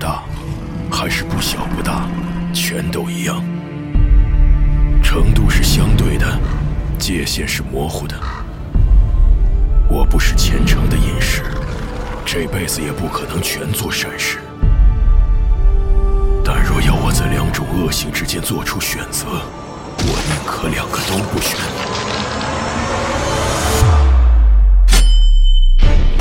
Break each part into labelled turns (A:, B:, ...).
A: 大，还是不小不大，全都一样。程度是相对的，界限是模糊的。我不是虔诚的隐士，这辈子也不可能全做善事。但若要我在两种恶行之间做出选择，我宁可两个都不选。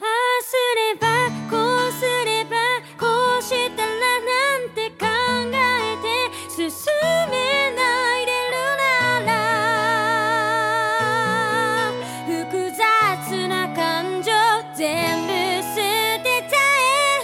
B: ああすればこうすればこうしたらなんて考えて進めないでるなら複雑な感情全部捨てちゃえ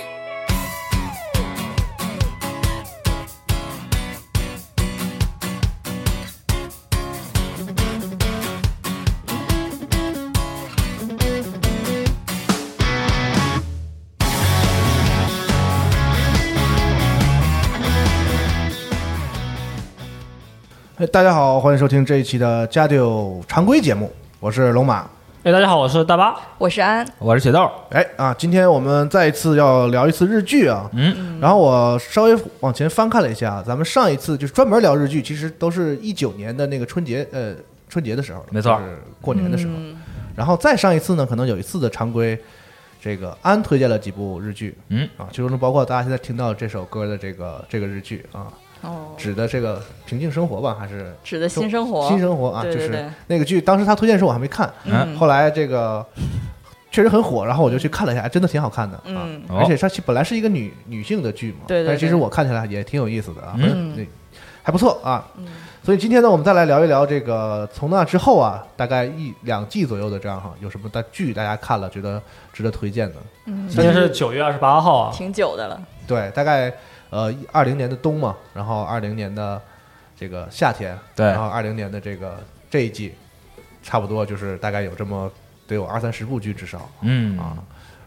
C: 哎，大家好，欢迎收听这一期的《家丢》常规节目，我是龙马。
D: 哎，大家好，我是大巴。
E: 我是安，
F: 我是雪豆，
C: 哎啊，今天我们再一次要聊一次日剧啊，嗯，然后我稍微往前翻看了一下，咱们上一次就是专门聊日剧，其实都是一九年的那个春节，呃，春节的时候了，
F: 没错
C: 就是过年的时候。然后再上一次呢，可能有一次的常规，这个安推荐了几部日剧，
F: 嗯
C: 啊，其中包括大家现在听到这首歌的这个这个日剧啊，
E: 哦，
C: 指的这个平静生活吧，还是
E: 指的新生活，
C: 新生活啊，
E: 对对
C: 就
E: 对
C: 是那个剧，当时他推荐的时候我还没看，
E: 嗯
C: 后来这个确实很火，然后我就去看了一下，真的挺好看的啊。
E: 嗯
F: 哦
C: 而且它其本来是一个女女性的剧嘛，
E: 对对
C: 但其实
E: 对
C: 我看起来也挺有意思的啊，
F: 嗯
C: 对，还不错啊。
E: 嗯
C: 所以今天呢，我们再来聊一聊这个从那之后啊，大概一两季左右的这样哈，有什么大剧大家看了觉得值得推荐的？
E: 嗯
D: 嗯今天是九月二十八号啊，
E: 挺久的了，
C: 对，大概呃二零年的冬嘛，然后二零年的这个夏天，
F: 对
C: 然后二零年的这个这一季，差不多就是大概有这么得有二三十部剧至少。
F: 嗯
C: 啊，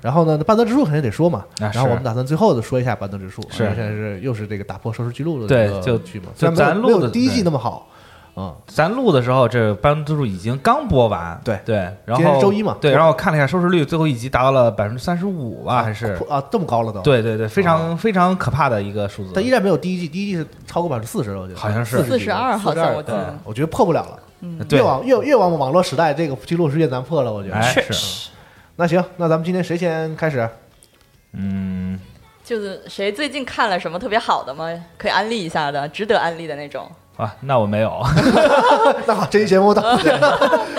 C: 然后呢，半泽直树肯定得说嘛，
F: 啊
C: 然后我
F: 是
C: 们打算最后的说一下半泽直树，
F: 是
C: 因为现在是又是这个打破收视记录的
F: 对
C: 这个
F: 就
C: 剧嘛，
F: 就
C: 虽然没有
F: 咱录
C: 没有
F: 的
C: 第一季
F: 对
C: 那么好，嗯，
F: 咱录的时候，这《班之助》已经刚播完，
C: 对
F: 对，
C: 今
F: 然
C: 天
F: 后
C: 是周一嘛
F: 对，然后我看了一下收视率，最后一集达到了百分之三十五吧，还是
C: 破啊这么高了都，，
F: 对对对，非常非常可怕的一个数字，
C: 但依然没有第一季，第一季是超过百分之四十了，我觉得
F: 好像是
C: 42
E: 42好像
C: 42
E: 我记得
C: 对我觉得破不了了，
F: 嗯对
C: 越，往越越往网络时代，这个记录是越难破了，我觉得。
F: 哎
C: 嗯
F: 是，
C: 那行，那咱们今天谁先开始？
F: 嗯，
E: 就是谁最近看了什么特别好的吗？可以安利一下的，值得安利的那种。
F: 啊，那我没有，
C: 那好，这期节目到 此，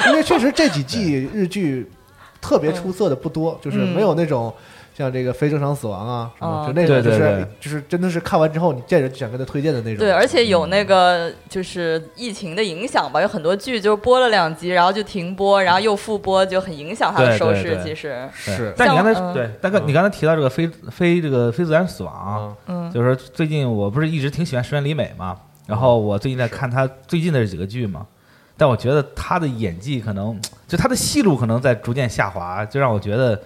C: 因为确实这几季日剧特别出色的不
F: 嗯
C: 多，就是没有那种像这个非正常死亡啊什么，
E: 哦
C: 就那种就
F: 对对
C: 是
F: 对
C: 就是真的是看完之后你见人就想跟他推荐的那种。
E: 对，而且有那个就是疫情的影响吧，有很多剧就是播了两集，然后就停播，然后又复播，就很影响它的
F: 对对
E: 收
F: 对
E: 视。其实，
C: 是
F: 但你刚
E: 像
F: 才
E: 嗯
F: 对，大哥，你刚才提到这个非非这个非自然死亡，
C: 啊，
E: 嗯
F: 就是说最近我不是一直挺喜欢石原里美嘛，然后我最近在看她最近的这几个剧嘛，但我觉得她的演技可能就她的戏路可能在逐渐下滑，就让我觉得。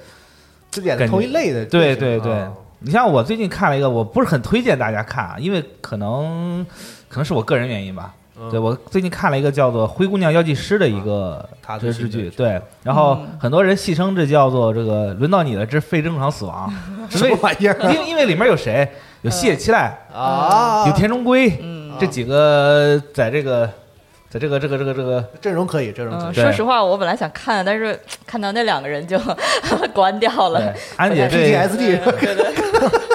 C: 这演的
F: 感觉
C: 同一类的
F: 对
C: 类型啊，
F: 对对，你像我最近看了一个，我不是很推荐大家看，啊，因为可能可能是我个人原因吧。
C: 嗯
F: 对我最近看了一个叫做《灰姑娘药剂师》的一个
C: 她最
F: 这个
C: 新
F: 日
C: 的
F: 剧
C: 剧，
F: 对，然后很多人戏称这叫做这个“轮到你了”，这非正常死亡，
C: 什么玩意儿
F: 因为因为里面有谁？有细野七濑，
C: 啊？
F: 有田中圭，
E: 嗯，
F: 这几个在这个在这个这个这个这个
C: 阵容可以，阵容可
E: 嗯，
C: 以。
E: 说实话，我本来想看，但是看到那两个人就 关掉了
F: 对。安姐嗯 对
C: PTSD
E: 对对对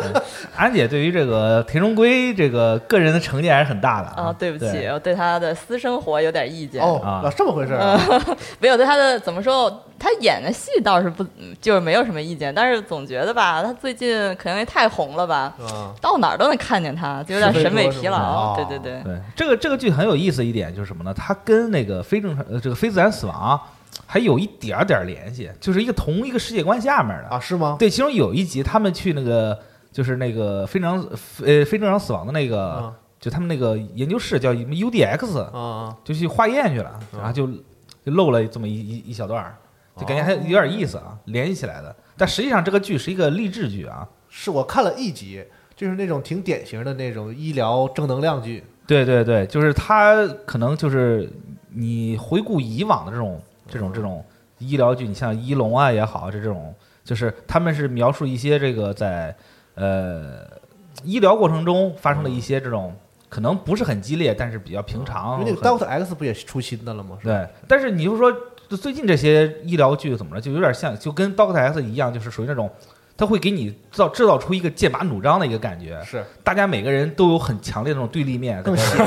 F: 安姐对于这个田中圭这个个人的成见还是很大的
E: 啊，对不起，
F: 对
E: 我对他的私生活有点意见。
C: 哦
F: 啊，
C: 这么回事儿啊
E: 没有对他的怎么说，他演的戏倒是不就是没有什么意见，但是总觉得吧，他最近可能也太红了吧，
F: 嗯
C: 啊？
E: 到哪儿都能看见他，就有点审美疲
F: 啊
E: 劳。
C: 是
E: 对
C: 非
E: 对
C: 多
E: 对，
F: 对，这个这个剧很有意思一点就是什么呢？它跟那个非正常呃这个非自然死亡还有一点儿点儿联系，就是一个同一个世界观下面的。
C: 啊，是吗？
F: 对，其中有一集他们去那个就是那个非常呃非正常死亡的那个
C: 啊
F: 就他们那个研究室叫什么 UDX，
C: 啊，
F: 就去化验去了，然后就就漏了这么一一一小段儿，就感觉
C: 哦
F: 还有点意思啊，联系起来的。但实际上这个剧是一个励志剧啊，
C: 是我看了一集，就是那种挺典型的那种医疗正能量剧，
F: 对对对，就是它可能就是你回顾以往的这种这种这种医疗剧，你像《医龙》啊也好，这这种就是他们是描述一些这个在呃医疗过程中发生的一些这种可能不是很激烈，但是比较平常。
C: 因为那个
F: 很
C: Doctor X 不也出新的了吗？是吧
F: 对，但是你就说就最近这些医疗剧怎么着，就有点像，就跟《Doctor X》一样，就是属于那种，它会给你造制造出一个剑拔弩张的一个感觉，
C: 是
F: 大家每个人都有很强烈的那种对立面。
C: 更写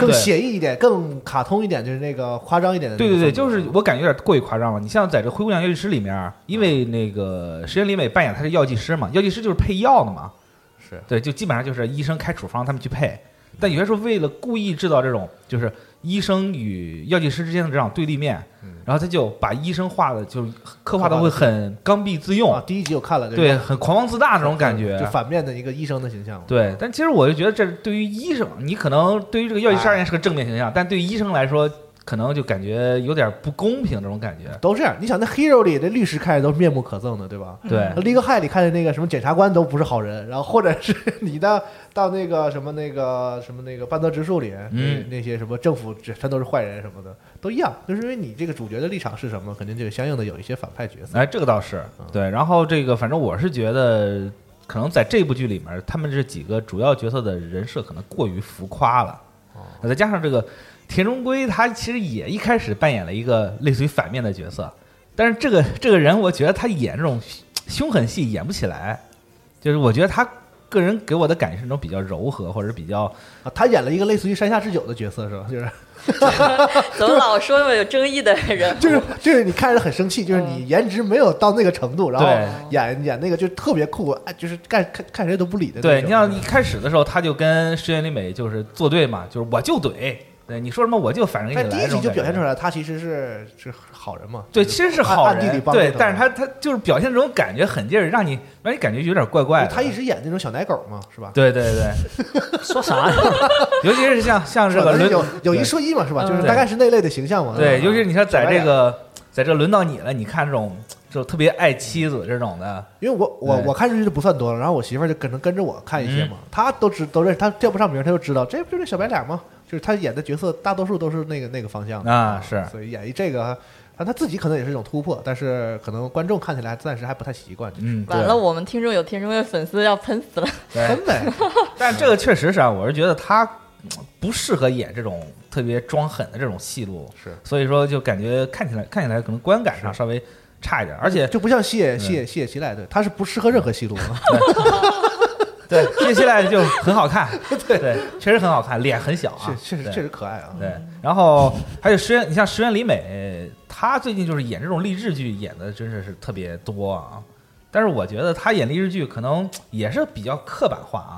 C: 更写意一点，更卡通一点，就是那个夸张一点的那
F: 对
C: 个风
F: 对
C: 格。
F: 对，就是我感觉有点过于夸张了。你像在这《灰姑娘药剂师》里面，因为那个石原里美扮演她是药剂师嘛，药剂师就是配药的嘛，
C: 是
F: 对，就基本上就是医生开处方，他们去配。但有些时候为了故意制造这种就是医生与药剂师之间的这种对立面，
C: 嗯
F: 然后他就把医生画的就是刻画的会很刚愎自用
C: 啊，，第一集我看了，
F: 对，很狂妄自大那种感觉
C: 就。反面的一个医生的形象嘛。
F: 对，但其实我就觉得这对于医生，你可能对于这个药剂师而言是个正面形象，但对于医生来说，可能就感觉有点不公平这种感觉。
C: 都这样，你想那 Hero 里的律师看着都是面目可憎的，对吧？
F: 对，
C: 那 Legal High 里看的那个什么检察官都不是好人，然后或者是 你到到那个什么那个什么那个半泽直树里，
F: 嗯
C: 那那些什么政府全都是坏人什么的，都一样，就是因为你这个主角的立场是什么，肯定就有相应的有一些反派角色。
F: 哎，这个倒是
C: 嗯
F: 对。然后这个，反正我是觉得，可能在这部剧里面，他们这几个主要角色的人设可能过于浮夸了，
C: 哦
F: 再加上这个田中圭，他其实也一开始扮演了一个类似于反面的角色，但是这个这个人，我觉得他演这种凶狠戏演不起来，就是我觉得他。个人给我的感觉是那种比较柔和，或者比较
C: 啊，他演了一个类似于山下智久的角色，是吧？
F: 哦
C: 就是
E: 怎么老说那么有争议的人？
C: 就是就是你看着很生气，就是你颜值没有到那个程度，然后
F: 对
C: 演演那个就特别酷，哎，就是干看看谁都不理的那种。
F: 对。你像一开始的时候，他就跟石原里美就是作对嘛，就是我就怼，对你说什么我就反正给
C: 但
F: 你
C: 第
F: 来。
C: 一集
F: 这种
C: 就
F: 感
C: 表
F: 觉
C: 现出来，他其实是是好人嘛。
F: 对，
C: 就是
F: 其实是
C: 暗
F: 好
C: 暗地里
F: 人，
C: 帮
F: 对
C: 这，种
F: 但是他
C: 人
F: 他就是表现这种感觉很劲儿，让你让你感觉有点怪怪的。
C: 他一直演那种小奶狗嘛，是吧？
F: 对对对，
D: 说啥呀？
F: 尤其是像像这
C: 是
F: 个
C: 吧但是
F: 轮
C: 有有一
F: 对
C: 说一嘛，是吧？
D: 嗯
C: 就是大概是那类的形象嘛。
F: 对，
C: 嗯
F: 尤其是你看在
C: 小白
F: 这个在这轮到你了，你看这种就特别爱妻子这种的，
C: 因为我我
F: 对嗯
C: 我看日剧就不算多了，然后我媳妇儿就可能跟着我看一些嘛，她都知都认识，她叫不上名儿，她就知道这不就是小白脸吗？就是她演的角色大多数都是那个那个方向的
F: 啊是
C: 所以演绎这个，啊她她自己可能也是一种突破，但是可能观众看起来暂时还不太习惯，就是
F: 嗯，
E: 完
F: 对
E: 了，我们听众有听众的粉丝要喷死了。
F: 对，
C: 真的
F: 但这个确实是啊，我是觉得他嗯不适合演这种特别装狠的这种戏路，
C: 是
F: 所以说就感觉看起来看起来可能观感上稍微差一点，而且嗯
C: 就不像西野西野西野七濑，对，她是不适合任何戏路的，
F: 对， 接下来就很好看，对，确实很好看，脸很小啊
C: 确，确实
F: 对
C: 确实可爱啊，
F: 对，然后还有石原，你像石原里美，她最近就是演这种励志剧，演的真是是特别多啊。但是我觉得她演励志剧可能也是比较刻板化啊，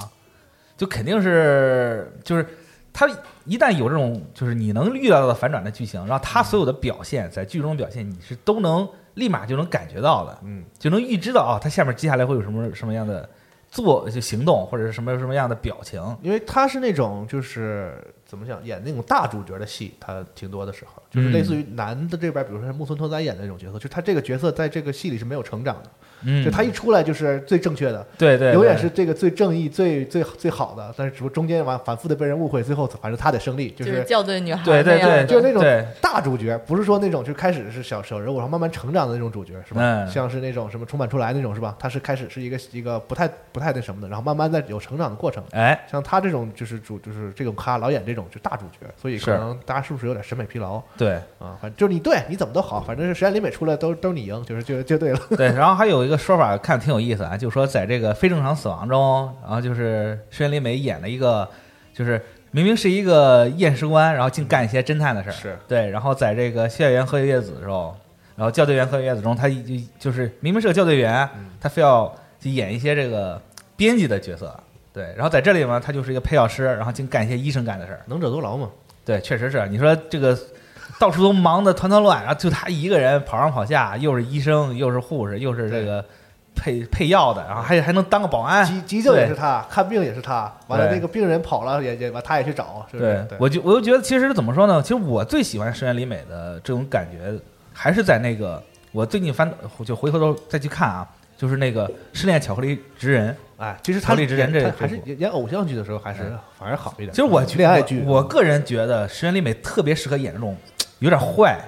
F: 就肯定是就是她一旦有这种就是你能预料到的反转的剧情，然后她所有的表现在剧中表现，你是都能立马就能感觉到的，
C: 嗯，
F: 就能预知到啊，她下面接下来会有什么什么样的做就行动或者是什么什么样的表情，
C: 因为他是那种就是怎么讲，演那种大主角的戏，他挺多的时候，就
F: 嗯
C: 是类似于男的这边，比如说木村拓哉演的那种角色，就是他这个角色在这个戏里是没有成长的，
F: 嗯
C: 就他一出来就是最正确的，
F: 对对，
C: 永
F: 对
C: 远是这个最正义、最最最好的，但是只不过中间完反复的被人误会，最后反正他得胜利，就。
E: 就是校对女孩
F: 对对
E: 那样
F: 对，
E: 的
C: 就是那种
F: 对
C: 大主角，不是说那种就开始是小小人物，然后慢慢成长的那种主角，是吧？
F: 嗯
C: 像是那种什么重版出来那种，是吧？他是开始是一个一个不太不太那什么的，然后慢慢在有成长的过程。
F: 哎，
C: 像他这种就是主就是这种咖老演这种就大主角，所以可
F: 是
C: 能大家是不是有点审美疲劳
F: 对
C: 啊？反正就是你对你怎么都好，反正是实验里美出来都都是你赢，就是就就对 了。
F: 对。然后还有一个说法看挺有意思啊，就说在这个非正常死亡中，然后就是石原里美演了一个，就是明明是一个验尸官，然后竟干一些侦探的事儿。
C: 是
F: 对。然后在这个校园和月子的时候，然后校队员和月子中，他就就是明明是个校队员，他非要去演一些这个编辑的角色。对，然后在这里嘛，他就是一个配药师，然后竟干一些医生干的事儿。
C: 能者多劳嘛，
F: 对，确实是。你说这个到处都忙得团团乱，然后就他一个人跑上跑下，又是医生，又是护士，又是这个配配药的，然后还还能当个保安。
C: 急急救也
F: 对
C: 是他，看病也是他，完了
F: 对
C: 那个病人跑了也也完他也去找，是不是
F: 对？，我就我就觉得，其实怎么说呢？其实我最喜欢深原里美的这种感觉，还是在那个我最近翻就回头再去看啊，就是那个《失恋巧克力职人》。
C: 哎，其实
F: 逃
C: 他
F: 离之前这
C: 他
F: 个
C: 还是
F: 部分
C: 演演偶像剧的时候还是反而好一点。
F: 其实我觉
C: 恋爱剧，
F: 我我个人觉得石原里美特别适合演这种有点坏，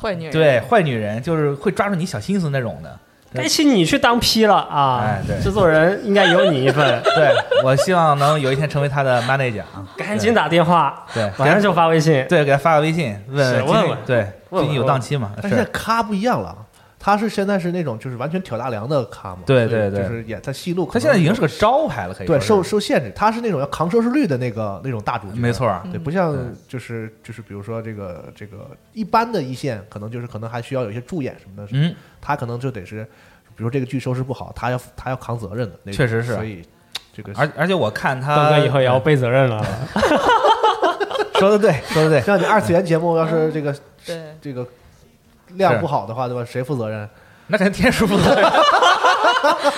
E: 坏女人，
F: 对坏女人，就是会抓住你小心思那种的。
D: 这期你去当 P 了啊
F: 哎对！，
D: 制作人应该有你一份
F: 对我希望能有一天成为她的 manager 啊！
D: 赶紧打电话，
F: 对，给
D: 晚上就发微信。
F: 对给她发个微信
D: 是问
F: 问今
D: 问
F: 对
D: 问
F: 最近有
D: 问
F: 档期吗？
C: 但是现在
F: 是
C: 咖不一样了，他是现在是那种就是完全挑大梁的咖嘛，
F: 对
C: 所以
F: 对对
C: 就是演他戏路可
F: 她
C: 能，
F: 现在已经是个招牌了，可以
C: 对受
F: 说是
C: 受限制，他是那种要扛收视率的那个那种大主角，
F: 没错儿，
C: 啊
D: 嗯
C: 对，不像就是就是比如说这个这个一般的一线，可能就是可能还需要有一些助演什么的，
F: 嗯，
C: 他可能就得是，比如这个剧收视不好，他要他要扛责任的那种，
F: 确实是
C: 所以这个
F: 而而且我看
D: 豆
F: 她
D: 哥以后也要背责任了，
F: 呃说的对，说的 对，
C: 像你二次元节目要是这个
E: 对，
C: 这个量
F: 嗯是
C: 不好的话，对吧？谁负责任？
F: 那肯定天书不对，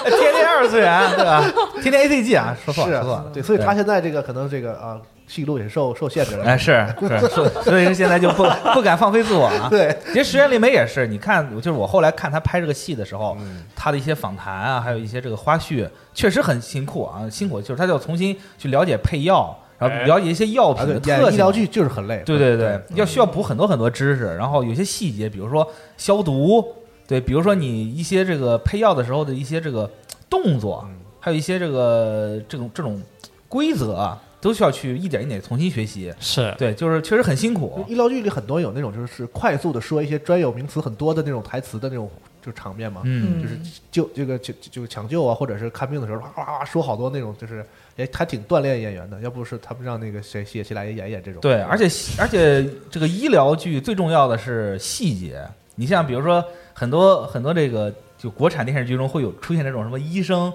F: 天天二次元对吧？天天 A C G 啊，说错
C: 是
F: 了，说错了，
C: 对，所以他现在这个可能这个啊戏路也受受限制了。
F: 哎，是是，所以所以说现在就不不敢放飞自我了。
C: 对，
F: 其实石原里美也是，你看，就是我后来看她拍这个戏的时候，她的一些访谈啊，还有一些这个花絮，确实很辛苦啊，辛苦就是她要重新去了解配药，然后
D: 哎
F: 了解一些药
C: 啊，
F: 品
C: 对
F: 的，特
C: 演医
F: 性。
C: 疗剧就是很累。
F: 对对对，要需要补很多很多知识，然后有些细节，比如说消毒，对，比如说你一些这个配药的时候的一些这个动作，
C: 嗯
F: 还有一些这个这种这种规则啊，都需要去一点一点重新学习。
D: 是
F: 对，就是确实很辛苦。
C: 医疗剧里很多有那种就是快速的说一些专有名词很多的那种台词的那种就场面嘛，
F: 嗯，
C: 就是救这个就就是抢救啊，或者是看病的时候，哗哗哗说好多那种，就是也还挺锻炼演员的。要不是他们让那个谁谢谢来也演一演这种，
F: 对，而且而且这个医疗剧最重要的是细节。你像比如说很多很多这个就国产电视剧中会有出现这种什么医生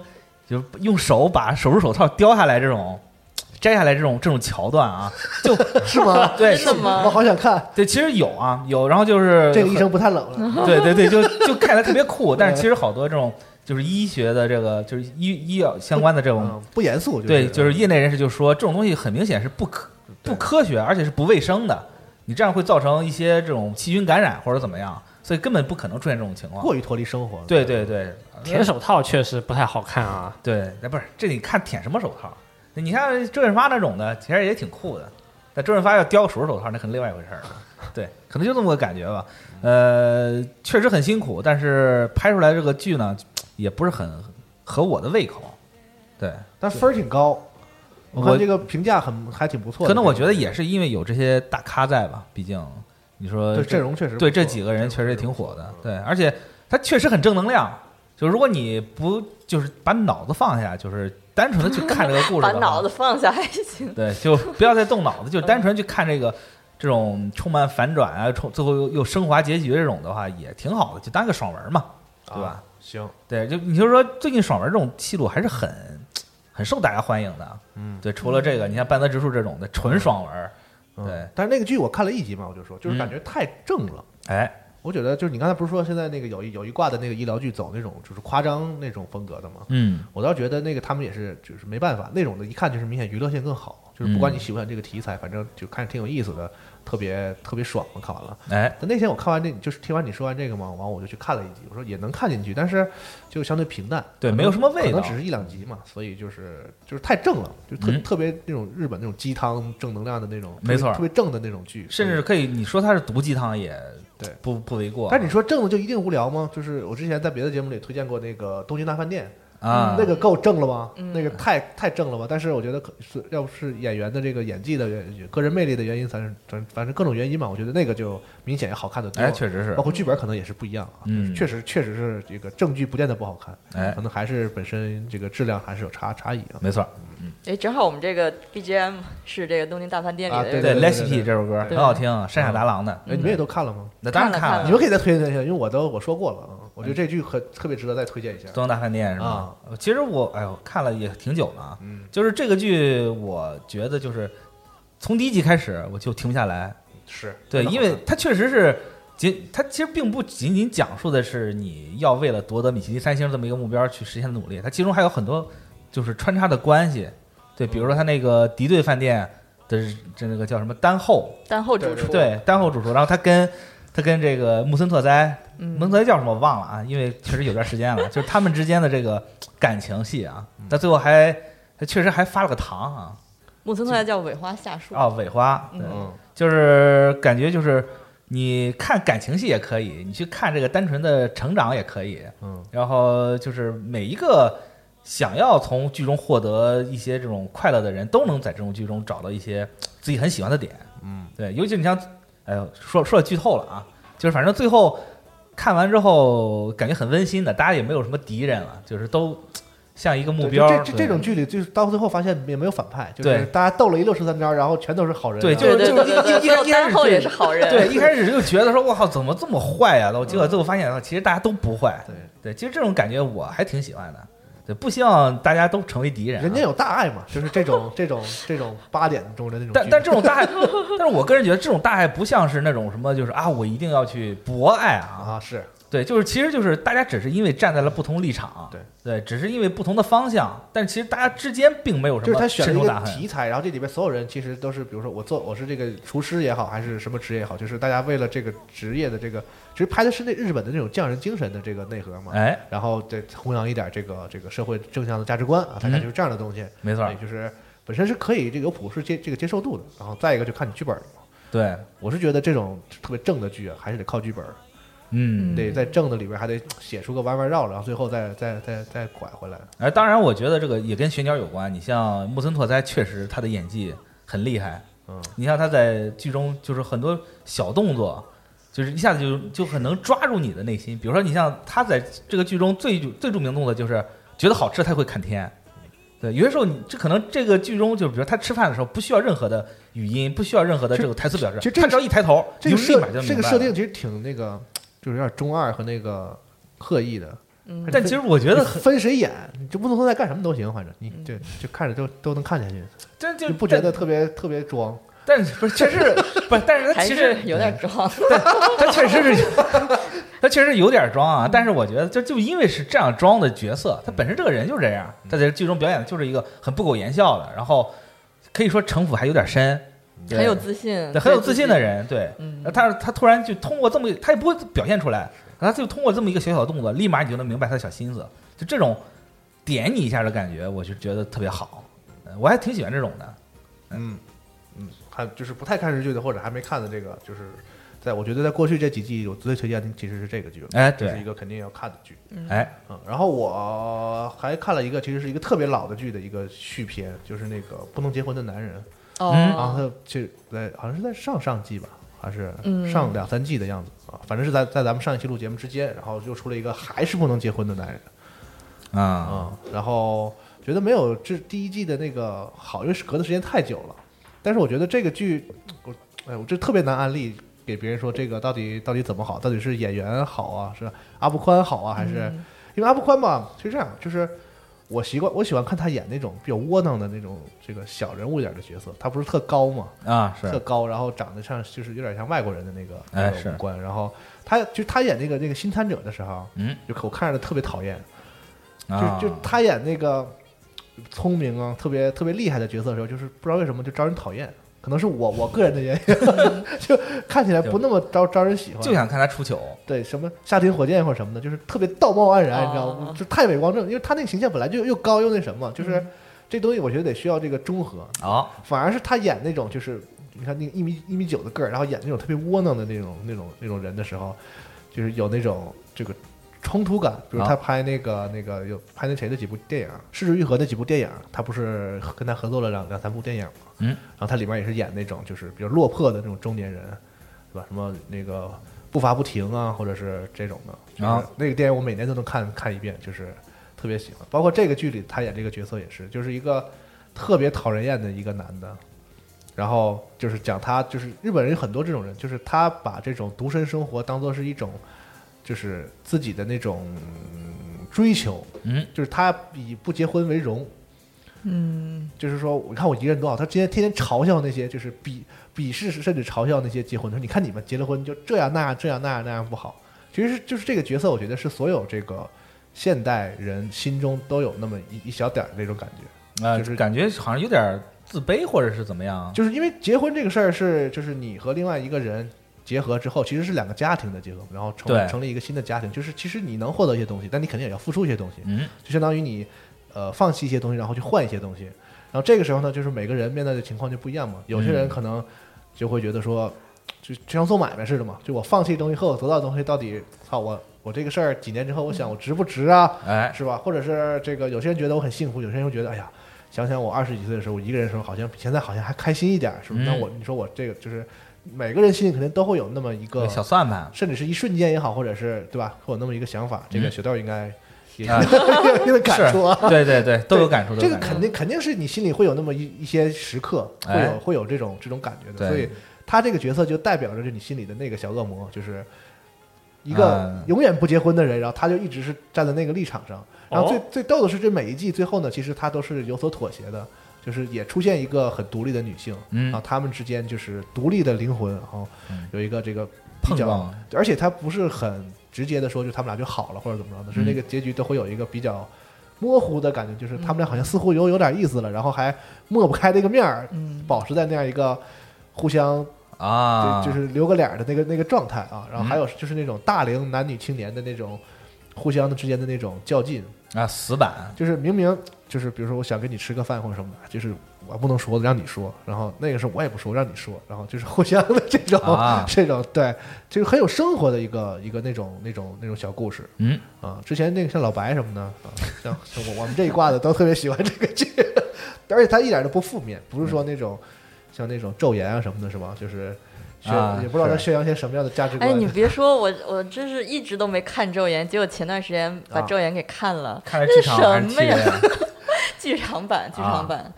F: 就是用手把手术手套叼下来这种。摘下来这种这种桥 段啊，就
C: 是吗？
F: 对
E: 真的
C: 我
E: 吗？
C: 好想看
F: 对，其实有啊有，然后就是
C: 这个医生不太冷了。
F: 很，对对对，就 就看起来特别酷，但是其实好多这种就是医学的这个就是医医药相关的这种
C: 嗯，不严肃，
F: 对，就是业内人士就说这种东西很明显是不科不科学，而且是不卫生的。你这样会造成一些这种细菌感染或者怎么样，所以根本不可能出现这种情况。
C: 过于脱离生活。
F: 对对对，
D: 舔手套确实不太好看啊。
F: 对，那不是这你看舔什么手套？你像周润发那种的，其实也挺酷的。但周润发要叼手手套，那可能另外一回事儿了。对，可能就这么个感觉吧。呃，确实很辛苦，但是拍出来这个剧呢，也不是很合我的胃口。对，
C: 但分儿挺高，我
F: 我
C: 看这个评价很还挺不错的。
F: 可能我觉得也是因为有这些大咖在吧，毕竟你说
C: 对
F: 这
C: 阵容确实不
F: 对
C: 错
F: 这几个人确实也挺火
C: 嗯
F: 的，对，而且他确实很正能量。就如果你不就是把脑子放下，就是单纯的去看这个故事，
E: 把脑子，放下还行，
F: 对，就不要再动脑子，就单纯去看这个这种充满反转啊，充最后又又升华结局这种的话，也挺好的，就当个爽文嘛，对吧？
C: 啊行，
F: 对，就你就说最近爽文这种戏路还是很很受大家欢迎的，
C: 嗯
F: 对，除了这个，你像半泽直树这种的纯爽文，
C: 嗯
F: 对。
C: 但是那个剧我看了一集嘛，我就说，就是感
F: 嗯
C: 觉太正了。
F: 哎，
C: 我觉得就是你刚才不是说现在那个有一有一挂的那个医疗剧走那种就是夸张那种风格的吗？
F: 嗯，
C: 我倒觉得那个他们也是就是没办法那种的，一看就是明显娱乐性更好，就是不
F: 嗯
C: 管你喜不喜欢这个题材，反正就看着挺有意思的，特别特别爽的看完了。
F: 哎，
C: 但那天我看完这，就是听完你说完这个嘛，完我就去看了一集，我说也能看进去，但是就相对平淡，
F: 对
C: 可能
F: 没有什么味道
C: 可能只是一两集嘛，所以就是就是太正了，就特、
F: 嗯
C: 特别那种日本那种鸡汤正能量的那种，
F: 没
C: 特
F: 错
C: 别特别正的那种剧，
F: 甚
C: 所
F: 至
C: 以。
F: 可以，你说它是毒鸡汤也
C: 对
F: 不不为过。
C: 但你说正的就一定无聊吗？就是我之前在别的节目里推荐过那个《东京大饭店》，
F: 啊，
C: 那个够正了吗？那个太太正了吧？但是我觉得可是要不是演员的这个演技的原个人魅力的原因，反正反反正各种原因嘛，我觉得那个就明显要好看的多。
F: 哎，确实是
C: 哦包，括剧本可能也是不一样啊。
F: 嗯
C: 确实确实是这个正剧不见得不好看，
F: 哎
C: 可能还是本身这个质量还是有差差异啊。
F: 没错，
E: 哎，正好我们这个 BGM 是这个《东京大饭店》
C: 啊
E: 里的
C: 对对
E: 这个，
F: 《l
C: 对
F: e s
C: 对对
F: p i 这首歌
E: 对
F: 很好听，啊山下达郎的，
C: 哎，你们也都看了吗？
F: 那当然
E: 看了
F: 看
E: 看
C: 你
E: 了
C: 们可以再推荐一下，因为我都我说过了啊，我觉得这剧可特别值得再推荐一下啊
F: 《东京大饭嗯店》是吧？其实我哎呦看了也挺久了啊，
C: 嗯
F: 就是这个剧，我觉得就是从第一集开始我就停不下来，
C: 是
F: 对，因为它确实是仅它其实并不仅仅讲述的是你要为了夺得米其林三星这么一个目标去实现的努力，它其中还有很多就是穿插的关系。对，比如说他那个敌对饭店的这那个叫什么丹后，
E: 但后主厨
F: 对，丹后主厨，然后他跟他跟这个木森特哉，
E: 嗯
F: 木森特哉叫什么我忘了啊，因为确实有段时间了，就是他们之间的这个感情戏啊，他最后还他确实还发了个糖啊，
E: 木村拓哉叫尾花下树，
F: 啊尾花，对，
C: 嗯，
F: 就是感觉就是你看感情戏也可以，你去看这个单纯的成长也可以，
C: 嗯，
F: 然后就是每一个想要从剧中获得一些这种快乐的人，都能在这种剧中找到一些自己很喜欢的点，嗯，对，尤其你像，哎呦，说说了剧透了啊，就是反正最后看完之后感觉很温馨的，大家也没有什么敌人了，就是都像一个目
C: 对
F: 标，
C: 就这这
F: 对
C: 这种剧里，就是到最后发现也没有反派，就是
F: 对
C: 大家斗了一溜十三招，然后全都是好人啊。
F: 对就
E: 对对对
F: 就是
E: 对
F: 一
E: 对，
F: 一一
E: 最后丹后也是好 人，
F: 对，一开始就觉得说，我靠，怎么这么坏呀、我结果最后发现，其实大家都不坏。
C: 嗯对
F: 对，其实这种感觉我还挺喜欢的。对，不希望大家都成为敌人啊、
C: 人家有大爱 嘛，就是这种这种这种八点钟的那种剧。
F: 但但这种大爱，但是我个人觉得这种大爱不像是那种什么，就是啊，我一定要去博爱啊。
C: 啊是
F: 对，就是其实就是大家只是因为站在了不同立场，
C: 对
F: 对，只是因为不同的方向，但其实大家之间并没有什
C: 就是
F: 么
C: 他选
F: 深
C: 了一
F: 仇大
C: 个
F: 恨。
C: 题材，然后这里边所有人其实都是，比如说我做我是这个厨师也好，还是什么职业也好，就是大家为了这个职业的这个，其实拍的是那日本的那种匠人精神的这个内核嘛。
F: 哎，
C: 然后再弘扬一点这个这个社会正向的价值观啊，大家
F: 嗯
C: 就是这样的东西，
F: 没错
C: 也，就是本身是可以这个有普世接这个接受度的。然后再一个就看你剧本了嘛。
F: 对，
C: 我是觉得这种特别正的剧啊，还是得靠剧本，
F: 嗯，
C: 得在正的里边还得写出个弯弯绕，然后最后再再再再拐回来。
F: 哎，当然，我觉得这个也跟选角有关。你像木村拓哉，确实他的演技很厉害。
C: 嗯，
F: 你像他在剧中就是很多小动作，就是一下子就就很能抓住你的内心。比如说，你像他在这个剧中最著最著名的动作就是觉得好吃，他会砍天。对，有些时候你这可能这个剧中就比如他吃饭的时候不需要任何的语音，不需要任何的这个台词表示，
C: 其实这个
F: 他只要一抬头，
C: 这
F: 你
C: 个
F: 就立
C: 设
F: 马就明白
C: 这个
F: 了
C: 设定其实挺那个，就是有点中二和那个刻意的。
E: 嗯
F: 但其实我觉得很，
C: 分谁演，你就不能说在干什么都行，反正你就就看着都都能看下去，
F: 真就
C: 就不觉得，特别特别装。
F: 但但是不是，确实 不是，但是他
E: 还
F: 其实
E: 是有点装，
F: 他确实是，他确实有点装啊。但是我觉得，就就因为是这样装的角色，他本身这个人就这样，他在剧中表演的就是一个很不苟言笑的，然后可以说城府还有点深，对
E: 很有自信，
F: 对很有自信的。人，呃对。
E: 嗯
F: 然后，但是他突然就通过这么一，他也不会表现出来，然后他就通过这么一个小小的动作，立马你就能明白他的小心思，就这种点你一下的感觉，我就觉得特别好，呃我还挺喜欢这种的。
C: 嗯嗯，还就是不太看日剧的或者还没看的这个，就是在我觉得在过去这几季，我最推荐的其实是这个剧了，
F: 哎，
C: 这是一
F: 对，
C: 个肯定要看的剧。
F: 哎，
C: 嗯，然后我还看了一个，其实是一个特别老的剧的一个续篇，就是那个《不能结婚的男人》，
F: 嗯
C: 然后
E: 哦，
C: 他就在好像是在上上季吧，还是
E: 嗯
C: 上两三季的样子啊，反正是在在咱们上一期录节目之间，然后又出了一个还是不能结婚的男人。
F: 啊，
C: 啊、然后觉得没有这第一季的那个好，因为是隔的时间太久了。但是我觉得这个剧，我哎，我这特别难安利给别人说这个到底到底怎么好，到底是演员好啊，是阿布宽好啊，还是、
F: 嗯
C: 因为阿布宽吧是这样，就是我习惯我喜欢看他演那种比较窝囊的那种这个小人物一点的角色，他不是特高嘛，
F: 啊是
C: 特，高，然后长得像就是有点像外国人的那个那
F: 哎
C: 个
F: 是
C: 五官，然后他就他演那个那个新参者的时候，
F: 嗯，
C: 就我看着他特别讨厌。
F: 啊
C: 就就他演那个聪明啊，特别特别厉害的角色的时候，就是不知道为什么就招人讨厌，可能是我我个人的原 因， 就看起来不那么招招人喜欢。
F: 就想看他出糗，
C: 对什么夏庭火箭或者什么的，就是特别道貌岸然，
E: 哦嗯
C: 你知道吗？就太伪光正，因为他那个形象本来就又高又那什么，就是这东西我觉得得需要这个中和，
F: 哦，
C: 反而是他演那种就是你看那个一米一米九的个儿，然后演那种特别窝囊的那种那种那种人的时候，就是有那种这个冲突感。比如他
F: 啊
C: 拍那个、那个有拍那谁的几部电影，《失之愈合》那几部电影，他不是跟他合作了两两三部电影嘛？
F: 嗯
C: 然后他里面也是演那种就是比较落魄的那种中年人，对吧？什么那个步伐不停啊，或者是这种的。就是
F: 啊
C: 那个电影我每年都能看看一遍，就是特别喜欢。包括这个剧里他演这个角色也是，就是一个特别讨人厌的一个男的。然后就是讲他，就是日本人有很多这种人，就是他把这种独身生活当做是一种，就是自己的那种嗯追求，
F: 嗯，
C: 就是他以不结婚为荣，
E: 嗯，
C: 就是说，我看我一个人多好，啊他之前天天嘲笑那些，就是鄙鄙视甚至嘲笑那些结婚的。你看你们结了婚就这样那样这样那样那样不好。其实是就是这个角色，我觉得是所有这个现代人心中都有那么一一小点儿那种感觉。
F: 啊、
C: 就是
F: 感觉好像有点自卑，或者是怎么样？
C: 就是因为结婚这个事儿是，就是你和另外一个人结合之后，其实是两个家庭的结合，然后成
F: 对
C: 成立一个新的家庭。就是其实你能获得一些东西，但你肯定也要付出一些东西，
F: 嗯，
C: 就相当于你呃放弃一些东西，然后去换一些东西。然后这个时候呢，就是每个人面对的情况就不一样嘛。有些人可能就会觉得说，就就像做买卖似的嘛，就我放弃东西和我得到的东西到底，操我我这个事儿几年之后，我想我值不值啊？
F: 哎，
C: 是吧？或者是这个有些人觉得我很幸福，有些人又觉得哎呀，想想我二十几岁的时候，我一个人的时候好像比现在好像还开心一点儿，是不是？
F: 嗯
C: 那我你说我这个就是每个人心里肯定都会有那么一个，
F: 小算盘，
C: 甚至是一瞬间也好，或者是对吧？会有那么一个想法。这个
F: 嗯
C: 雪豆应该也
F: 啊
C: 有点感触啊。
F: 是对对对，都有感触，
C: 这
F: 都
C: 个
F: 有感触
C: 肯定肯定是你心里会有那么一一些时刻，会有、
F: 哎
C: 会有这种这种感觉的。
F: 对
C: 所以他这个角色就代表着是你心里的那个小恶魔，就是一个
F: 嗯
C: 永远不结婚的人，然后他就一直是站在那个立场上。然后最、
D: 哦
C: 最逗的是，这每一季最后呢，其实他都是有所妥协的，就是也出现一个很独立的女性，
F: 嗯
C: 然后他们之间就是独立的灵魂，然后有一个这个比
F: 碰
C: 较
F: 撞，
C: 而且他不是很直接的说，就他们俩就好了或者怎么着的，是那个结局都会有一个比较模糊的感觉，就是他们俩好像似乎有有点意思了，然后还抹不开那个面儿，保持在那样一个互相
F: 啊，
C: 就就是留个脸儿的那个那个状态啊。然后还有就是那种大龄男女青年的那种互相的之间的那种较劲，
F: 啊死板，
C: 就是明明就是比如说我想跟你吃个饭或者什么的，就是我不能说的让你说，然后那个是我也不说让你说，然后就是互相的这种、
F: 啊
C: 这种对，就是很有生活的一个一个那种那种那种小故事
F: 嗯，
C: 啊。之前那个像老白什么的啊，像像我我们这一挂的都特别喜欢这个剧， 而且他一点都不负面，不是说那种、像那种昼颜啊什么的，是吧？就是。宣
F: 啊
C: 也不知道他
F: 是
C: 宣扬些什么样的价值观。
E: 哎，你别说，我我真是一直都没看《昼颜》，结果前段时间把
C: 啊
E: 《昼颜》给看了，
F: 看来
E: 这
F: 剧
E: 是
F: 场还是
E: 什么呀
F: 挺
E: 剧场版，剧场版，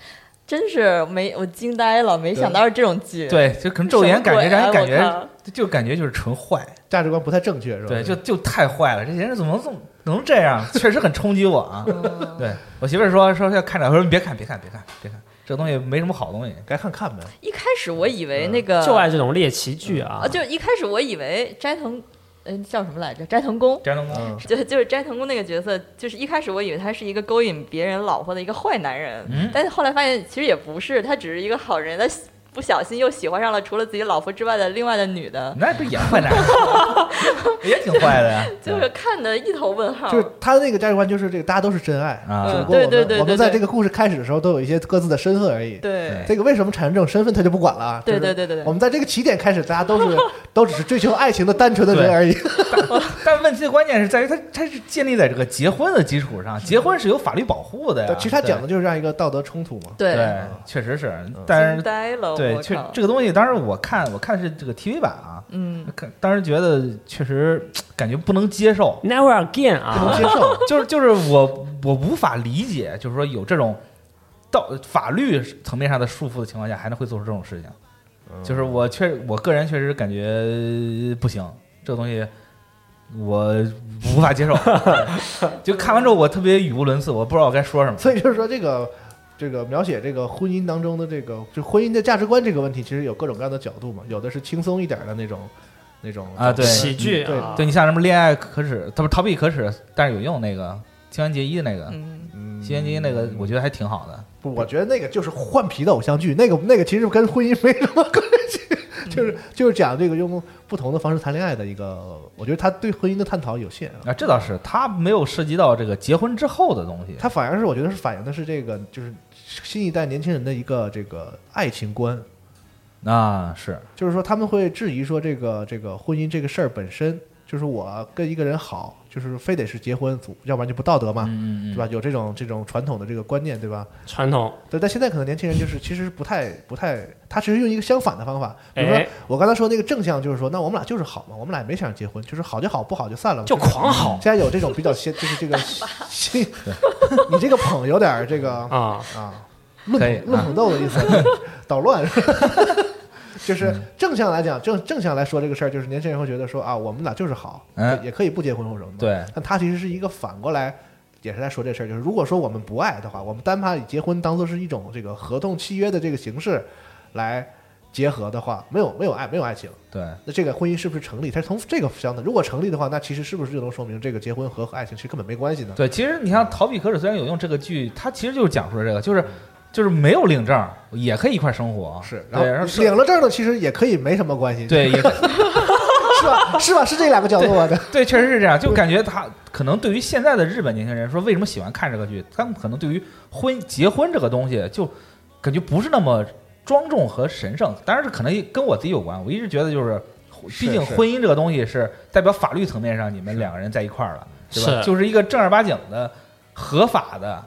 E: 真是没我惊呆了，没
C: 对
E: 想到是这种剧。
F: 对，就可能
E: 什么
F: 昼颜感觉
E: 鬼
F: 让
E: 啊
F: 人感
E: 我
F: 觉
E: 靠
F: 就感觉就是纯坏，
C: 价值观不太正确，是吧？
F: 对，就就太坏了，这些人怎么这么能这样？确实很冲击我啊！
E: 嗯
F: 对我媳妇儿说说要看这，我说你别看，别看，别看，别看，这东西没什么好东西。
C: 该看看呗。
E: 一开始我以为那
F: 呃
E: 个
D: 就爱这种猎奇剧啊
E: 啊，，就是一开始我以为斋藤，嗯、叫什么来着？斋藤工。
F: 张东公
C: 嗯，
E: 就就是斋藤工那个角色，就是一开始我以为他是一个勾引别人老婆的一个坏男人，
F: 嗯
E: 但是后来发现其实也不是，他只是一个好人，他喜不小心又喜欢上了除了自己老婆之外的另外的女的，
F: 那不也坏男人， 也挺坏的呀。
E: 就是看得一头问号。
C: 就是他的那个价值观，就是这个大家都是真爱
F: 啊
C: 只
E: 嗯
C: 不过我
E: 对
C: 们
E: 对对
C: 我们
E: 对
C: 在
E: 对
C: 这个故事开始的时候都有一些各自的身份而已。
E: 对
C: 这个为什么产生这种身份，他就不管了啊。
E: 对
C: 就是
E: 对对对对
C: 我们在这个起点开始，大家都 是都只是追求爱情的单纯的人而已。
F: 但问题的关键是在于他，他是建立在这个结婚的基础上，结婚是有法律保护的呀。
C: 其实他
F: 对
C: 讲的就是嗯这样一个道德冲突嘛。
E: 对
F: 对，确实是，但
E: 惊
F: 是
E: 呆了，
F: 对，
E: 我
F: 确
E: 靠
F: 这个东西，当时我看我看是这个 TV 版啊，
E: 嗯，
F: 看当时觉得确实感觉不能接受，
D: Never Again 啊，
C: 接受，
F: 就是就是我我无法理解，就是说有这种道法律层面上的束缚的情况下，还能会做出这种事情，就是我确我个人确实感觉呃不行，这个东西我无法接受， 就看完之后我特别语无伦次，我不知道我该说什么。
C: 所以就是说这个。这个描写这个婚姻当中的这个，就婚姻的价值观这个问题，其实有各种各样的角度嘛。有的是轻松一点的那种，那种
F: 啊对
D: 喜剧啊，
F: 对你像什么恋爱可耻，他不是逃避可耻，但是有用那个新垣结衣的那个，
E: 嗯，
F: 新垣结衣那个我觉得还挺好的。
C: 不，我觉得那个就是换皮的偶像剧，那个那个其实跟婚姻没什么关系，
F: 嗯
C: 就是就是讲这个用不同的方式谈恋爱的一个，我觉得他对婚姻的探讨有限啊，
F: 啊，这倒是，他没有涉及到这个结婚之后的东西。
C: 他反而是我觉得是反映的是这个就是新一代年轻人的一个这个爱情观，
F: 啊，是，
C: 就是说他们会质疑说这个这个婚姻这个事儿本身，就是我跟一个人好，就是非得是结婚，要不然就不道德嘛，
F: 嗯嗯嗯，
C: 对吧？有这种这种传统的这个观念，对吧？
D: 传统
C: 对，但现在可能年轻人就是其实不太不太，他其实用一个相反的方法，比如说
D: 哎
C: 我刚才说那个正向就是说，那我们俩就是好嘛，我们俩也没想结婚，就是好就好，不好就散了嘛，
D: 就狂好
C: 现在有这种比较先，就是这个新，你这个捧有点儿这个
D: 啊，
C: 啊，论
F: 可以
C: 捧论
F: 啊
C: 捧逗的意思，捣乱。 就是
F: 嗯
C: 正向来讲，正正向来说这个事儿，就是年轻人会觉得说啊，我们俩就是好，
F: 嗯
C: 也可以不结婚或者什么的。
F: 对
C: 但他其实是一个反过来也是在说这事儿，就是如果说我们不爱的话，我们单把结婚当做是一种这个合同契约的这个形式来结合的话，没有没有爱没有爱情，
F: 对，
C: 那这个婚姻是不是成立？它是从这个相的，如果成立的话，那其实是不是就能说明这个结婚和爱情其实根本没关系呢？
F: 对，其实你像《逃避可耻虽然有用》这个剧，它其实就是讲述了这个，就是就是没有领证也可以一块生活，
C: 是，
F: 对，
C: 然
F: 然
C: 后
F: 后
C: 你
F: 是
C: 领了证了，其实也可以没什么关系，
F: 对， 也可
C: 是吧？是吧？是这两个角度啊吧？对
F: 对，确实是这样，就感觉他可能对于现在的日本年轻人说为什么喜欢看这个剧，他们可能对于婚结婚这个东西就感觉不是那么庄重和神圣，当然这可能也跟我自己有关，我一直觉得就是。
C: 是
F: 毕竟
C: 是
F: 婚姻这个东西是代表法律层面上你们两个人在一块儿了，对吧？
D: 是
F: 就是一个正儿八经的合法的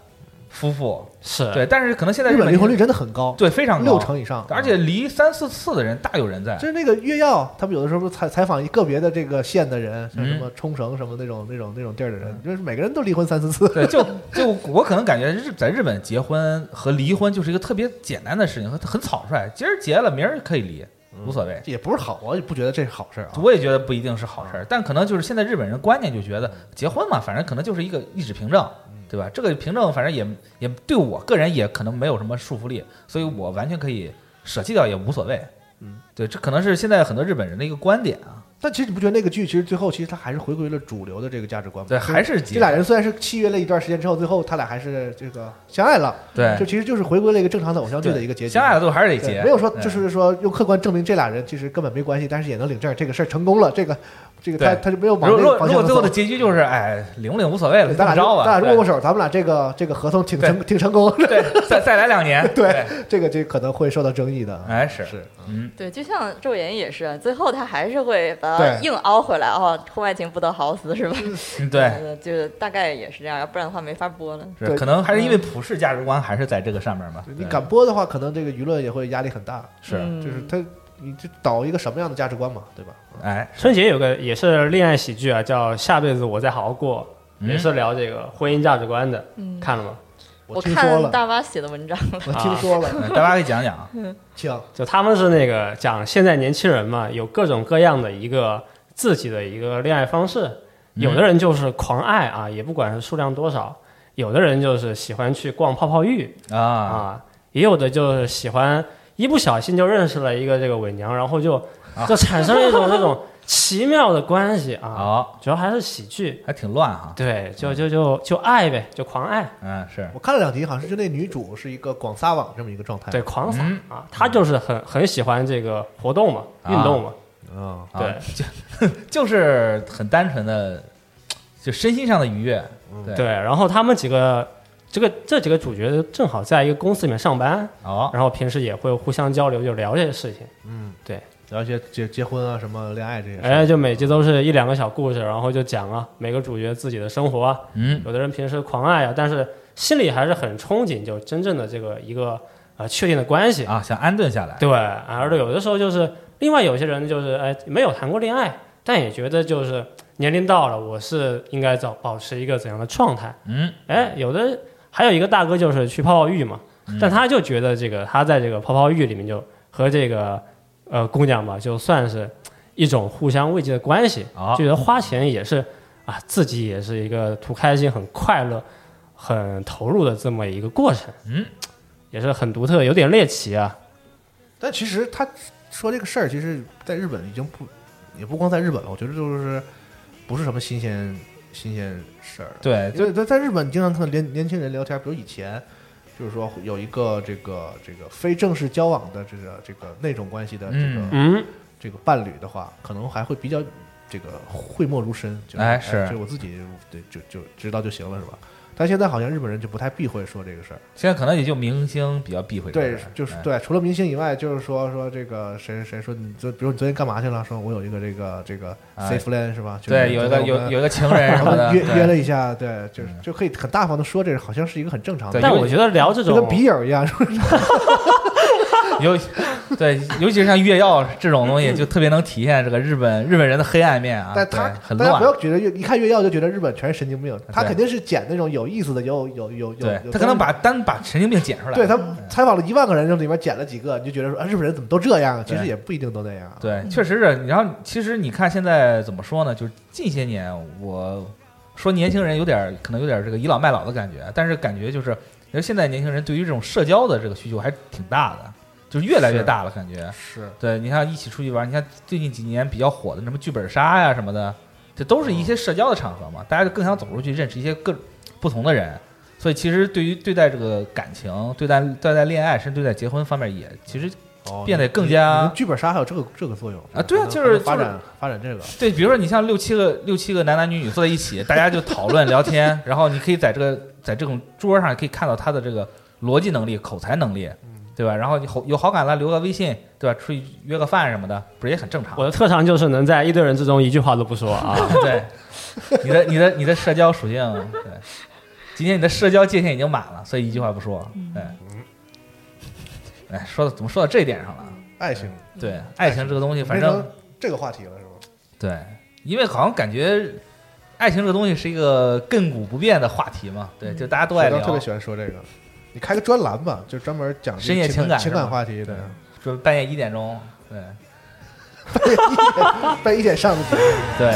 F: 夫妇，
D: 是，
F: 对。但是可能现在
C: 日本离婚率
F: 年
C: 真的很高，
F: 对非常高
C: 六成以上，
F: 而且离三四次的人大有人在
C: 就。是那个越药，他们有的时候不采采访一个别的这个县的人，像
F: 嗯
C: 什么冲绳什么那种那种那种地儿的人，就是每个人都离婚三四次。
F: 对，就就我可能感觉日在日本结婚和离婚就是一个特别简单的事情，很很草率。今儿结了，明儿可以离，无所谓。
C: 嗯这也不是好，我也不觉得这是好事儿啊。
F: 我也觉得不一定是好事儿，但可能就是现在日本人观念就
C: 嗯
F: 觉得结婚嘛，反正可能就是一个一纸凭证，对吧？这个凭证反正也也对我个人也可能没有什么束缚力，所以我完全可以舍弃掉也无所谓。
C: 嗯，
F: 对，这可能是现在很多日本人的一个观点啊。
C: 但其实你不觉得那个剧其实最后其实他还是回归了主流的这个价值观吗？
F: 对，
C: 就是
F: 还是
C: 这
F: 结
C: 俩人虽然是契约了一段时间之后，最后他俩还是这个相爱了，
F: 对
C: 这其实就是回归了一个正常的偶像剧
F: 对
C: 的一个结局。
F: 相爱了都还是得
C: 对
F: 结，嗯哎
C: 没有说
F: 对
C: 就是说用客观证明这俩人其实根本没关系，但是也能领证，这个事儿成功了，这个这个他
F: 对
C: 他就没有往
F: 如
C: 那
F: 果
C: 个
F: 如
C: 方
F: 果
C: 向
F: 最后的
C: 走。
F: 结局就是哎领不领无所谓了，
C: 咱俩
F: 这么着
C: 就
F: 吧，
C: 咱俩握
F: 啊 对
C: 握手，咱们俩这个这个合同挺成挺成功，
F: 对，再再来两年，
C: 对， 这个这可能会受到争议的。啊
F: 哎是
C: 是，
F: 嗯，
E: 对，就像《昼颜》也是，最后他还是会把它
C: 对
E: 硬凹回来哦，婚外情不得好死是吧？
F: 对，
E: 呃， 就是大概也是这样，要不然的话没法播了。
F: 是
C: 对嗯
F: 可能还是因为普世价值观还是在这个上面嘛，
C: 你
F: 对
C: 敢播的话，可能这个舆论也会压力很大。
F: 是
E: 嗯
C: 就是他，你这导一个什么样的价值观嘛，对吧？
F: 哎
D: 春节有个也是恋爱喜剧啊，叫《下辈子我再好好过》，
F: 嗯
D: 也是聊这个婚姻价值观的，
E: 嗯，
D: 看了吗？
E: 我
C: 听说
E: 看
C: 了，
E: 大妈写的文章了，
C: 我听说 了，
F: 嗯大家可以讲讲啊，
C: 请
D: 就他们是那个讲现在年轻人嘛，有各种各样的一个自己的一个恋爱方式，
F: 嗯
D: 有的人就是狂爱啊，也不管是数量多少，有的人就是喜欢去逛泡泡浴，
F: 啊
D: 啊，也有的就是喜欢一不小心就认识了一个这个伪娘，然后就
F: 啊
D: 就产生了一种这种奇妙的关系 啊。
F: 好，
D: 主要还是喜剧，
F: 还挺乱哈，
D: 对，就就就就爱呗，就狂爱，
F: 嗯是，
C: 我看了两集，好像是就那女主是一个广撒网这么一个状态。
D: 对，狂撒
F: 嗯
D: 啊。他就是很很喜欢这个活动嘛，运动嘛，
C: 啊，
F: 啊
D: 对
F: 就是很单纯的，就身心上的愉悦，
C: 嗯
F: 对
D: 对。然后他们几个。这个这几个主角正好在一个公司里面上班，
F: 哦，
D: 然后平时也会互相交流，就聊这些事情。
C: 聊一些结结婚啊、什么恋爱这些事儿。
D: 哎，就每集都是一两个小故事，然后就讲啊，每个主角自己的生活啊，
F: 嗯
D: 有的人平时狂爱啊，但是心里还是很憧憬，就真正的这个一个呃确定的关系。
F: 啊，想安顿下来，
D: 对，而有的时候就是，另外有些人就是哎没有谈过恋爱，但也觉得就是年龄到了，我是应该找保持一个怎样的状态？
F: 嗯，
D: 哎，有的还有一个大哥就是去泡泡浴嘛，但他就觉得这个他在这个泡泡浴里面就和这个呃姑娘吧，就算是一种互相慰藉的关系，
F: 啊
D: 就觉得花钱也是啊，自己也是一个图开心、很快乐、很投入的这么一个过程，
F: 嗯，
D: 也是很独特，有点猎奇啊，
C: 但其实他说这个事儿，其实在日本已经不也不光在日本了，我觉得就是不是什么新鲜新鲜事儿了。
F: 对，
C: 对，在在日本，你经常看到年年轻人聊天，比如以前，就是说有一个这个这个非正式交往的这个这个那种关系的这个、
F: 嗯
D: 嗯，
C: 这个伴侣的话，可能还会比较这个讳莫如深，就是、
F: 哎是
C: 就我自己对就就知道就行了，是吧？但现在好像日本人就不太避讳说这个事儿，
F: 现在可能也就明星比较避讳这个
C: 对
F: 事儿，，
C: 就是
F: 哎
C: 对，除了明星以外，就是说说这个谁谁说你昨，比如你昨天干嘛去了？说我有一个这个这个
F: 哎
C: safe land 是吧？就是
F: 对，有一个
C: 我
F: 有
C: 们
F: 有一个情人什
C: 我
F: 么的，
C: 们约约
F: 对
C: 了一下，对，就是
F: 嗯
C: 就可以很大方的说，这个好像是一个很正常的
F: 对，
D: 但
F: 因为
D: 我觉得聊这
C: 就
D: 种
C: 跟笔友一样，是 不是？
F: 尤对，尤其是像越药这种东西，就特别能体现这个日本日本人的黑暗面啊。
C: 但他
F: 对很
C: 大家
F: 乱
C: 不，
F: 啊
C: 要觉得越一看越药就觉得日本全是神经病，他
F: 对
C: 肯定是捡那种有意思的，有有有有
F: 对
C: 有，
F: 他可能把单把神经病剪出来。
C: 对他采访了一万个人，就里面捡了几个，你就觉得说啊，日本人怎么都这样啊？其实
F: 对
C: 也不一定都那样啊。
F: 对确实是。然后其实你看现在怎么说呢？就是近些年我说年轻人有点儿可能有点儿这个倚老卖老的感觉，但是感觉就是，因为现在年轻人对于这种社交的这个需求还挺大的，就是越来越
C: 是
F: 大了，感觉。
C: 是
F: 对，你看一起出去玩，你看最近几年比较火的什么剧本杀呀、什么的，这都是一些社交的场合嘛，大家就更想走出去认识一些各不同的人。所以其实对于对待这个感情、对待对待恋爱，甚至对待结婚方面也，其实
C: 哦
F: 变得
C: 你
F: 更加
C: 你们剧本杀还有这个这个作用
F: 啊对啊
C: 还能
F: 就是
C: 还能发展发展这个
F: 对，比如说你像六七个六七个男男女女坐在一起，大家就讨论聊天，然后你可以在这个在这种桌上可以看到他的这个逻辑能力、口才能力，对吧？然后你好有好感了，留个微信，对吧？出去约个饭什么的，不是也很正常？
D: 我的特长就是能在一堆人之中一句话都不说啊。
F: 对，你的你的你的社交属性，对，今天你的社交界限已经满了，所以一句话不说，
E: 嗯
F: 对。哎，说到怎么说到这一点上了？
C: 爱情，
F: 嗯对，爱情这个东西，反
C: 变成
F: 正
C: 这个话题了是吗？
F: 对，因为好像感觉爱情这个东西是一个亘古不变的话题嘛，对，
E: 嗯
F: 就大家都爱
C: 我
F: 聊
C: 刚，特别喜欢说这个，你开个专栏吧，就专门讲这
F: 深夜
C: 情
F: 情感
C: 情
F: 是吧
C: 感话题
F: 对
C: 的，
F: 说半夜一点钟，对
C: 被一点上的节目
F: 对。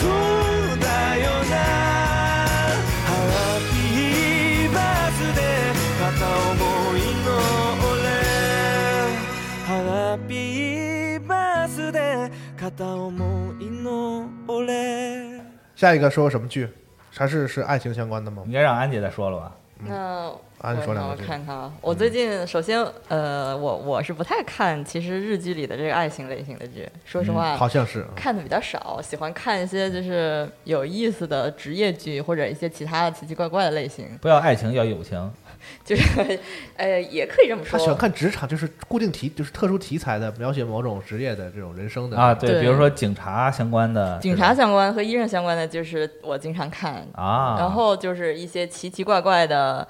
G: そうだよなハッピーバースデー片思いの俺ハッピーバースデー片思いの俺
C: 下一个说什么剧？还是是爱情相关的吗
F: 应？该让安姐再说了吧？
E: 那
C: 啊你说两个嗯
E: 我我
C: 这个
E: 看看啊，我最近首先呃，我我是不太看其实日剧里的这个爱情类型的剧，说实话，
C: 嗯好像是，
E: 看的比较少，喜欢看一些就是有意思的职业剧或者一些其他的奇奇怪怪的类型，
F: 不要爱情，要友情。
E: 就是 呃，也可以这么
C: 他喜欢
E: 说。
C: 看职场，就是固定题，就是特殊题材的，描写某种职业的这种人生的
F: 啊，对，
E: 对
F: 比如说警察相关的，
E: 警察相关和医生相关的，就是我经常看，
F: 啊，
E: 然后就是一些奇奇怪怪的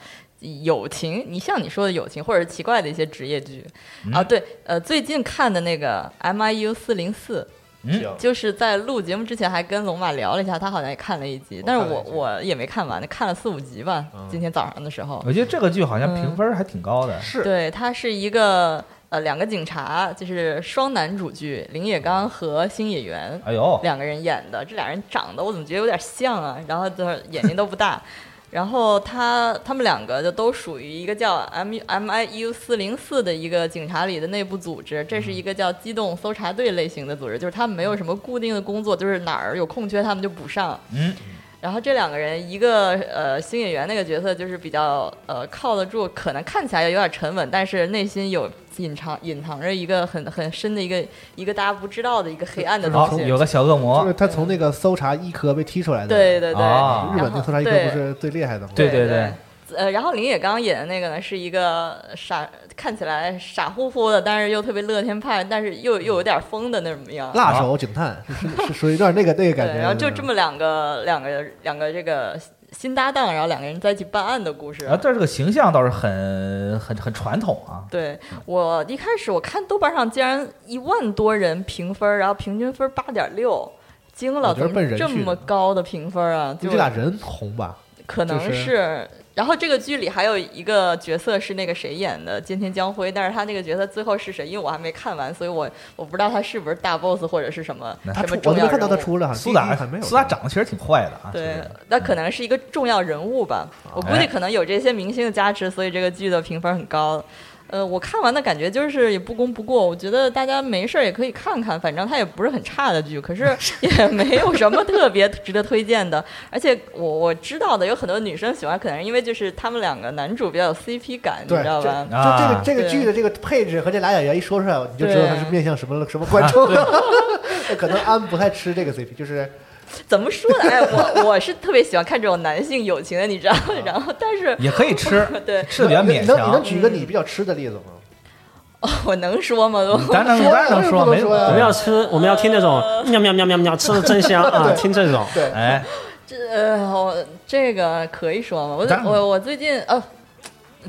E: 友情，你像你说的友情，或者是奇怪的一些职业剧、
F: 嗯
C: 嗯
E: 啊，对，呃，最近看的那个 M I U 四零四，
F: 嗯
C: 行
E: 就是在录节目之前还跟龙马聊了一下，他好像也看了一集，但是
C: 看了
E: 我
C: 一集嗯
E: 我也没看完，看了四五集吧，今天早上的时候，
F: 我觉得这个剧好
E: 嗯
F: 像评分还挺高的，
C: 是
E: 对，它是一个呃两个警察，就是双男主剧，林野
C: 嗯
E: 刚和星野源，
F: 哎呦，
E: 两个人演的，这俩人长得我怎么觉得有点像啊？然后就是眼睛都不大， 然后他他们两个就都属于一个叫 M M I U 四零四的一个警察里的内部组织，这是一个叫机动搜查队类型的组织，就是他们没有什么固定的工作，就是哪儿有空缺他们就补上。
F: 嗯，
E: 然后这两个人，一个呃新演员那个角色就是比较呃靠得住，可能看起来有点沉稳，但是内心有隐藏隐藏着一个很很深的一个一个大家不知道的一个黑暗的东
F: 好，
E: 西。
F: 有个小恶
C: 就是
F: 魔，
C: 他从那个搜查一科被踢出来的，
E: 对对对，
F: 啊
C: 日
E: 然
C: 本
E: 后
C: 那搜查一科
E: 对
C: 不是最厉害的吗？
F: 对对
E: 对。呃，然后林野刚演的那个呢，是一个傻，看起来傻乎乎的，但是又特别乐天派，但是又又有点疯的那么样。
C: 辣手警探是是是属于有点那个那个
E: 对
C: 感，觉，
E: 然后就这么两个两个两个这个新搭档，然后两个人在一起办案的故事。
F: 然啊
C: 啊
F: 后但这个形象倒是很很很传统啊，
E: 对我一开始我看豆瓣上竟然一万多人评分，然后平均分八点六，惊了，
C: 我觉得
E: 怎么
C: 奔人
E: 这
C: 去的
E: 么高的评分啊？
C: 因
E: 就
C: 为这俩人红吧？
E: 可能
C: 就是
E: 是。然后这个剧里还有一个角色是那个谁演的，菅田将晖，但是他那个角色最后是谁？因为我还没看完，所以我我不知道他是不是大 boss 或者是什么
C: 他
E: 什
C: 出我
E: 么重
C: 都
E: 要
C: 没看到他
E: 人物
C: 出来，
F: 苏打
C: 还没有
F: 苏打长得确实挺坏的啊，
E: 对
F: 其实，
E: 那可能是一个重要人物吧。我估计可能有这些明星的加持，所以这个剧的评分很高。呃，我看完的感觉就是也不功不过，我觉得大家没事儿也可以看看，反正它也不是很差的剧，可是也没有什么特别值得推荐的。而且我我知道的有很多女生喜欢，可能是因为就是他们两个男主比较有 CP 感，你
C: 对
E: 知道吧？
C: 就这个
F: 啊
C: 这个
E: 对
C: 剧的这个配置和这俩演员一说出来，你就知道他是
E: 对
C: 面向什么什么观众
F: 啊
C: 了。 可能安不太吃这个 CP，就是
E: 怎么说呢？哎，我我是特别喜欢看这种男性友情的，你知道？然后但是，
F: 也可以吃
E: 对
F: 吃的比较
C: 你
F: 勉
C: 能你能
F: 强，
C: 举一个你比较吃的例 子吗？
E: 我能说吗？我
F: 咱能
C: 说呀
F: 当然能
C: 为什么不
F: 没
C: 能说呀
D: 我
F: 有
D: 们要吃，我们要听那种喵喵喵喵喵，吃的真香啊！听这种，
C: 对，
F: 哎，
E: 这呃，我这个可以说吗？我
F: 当然
E: 我我最近呃，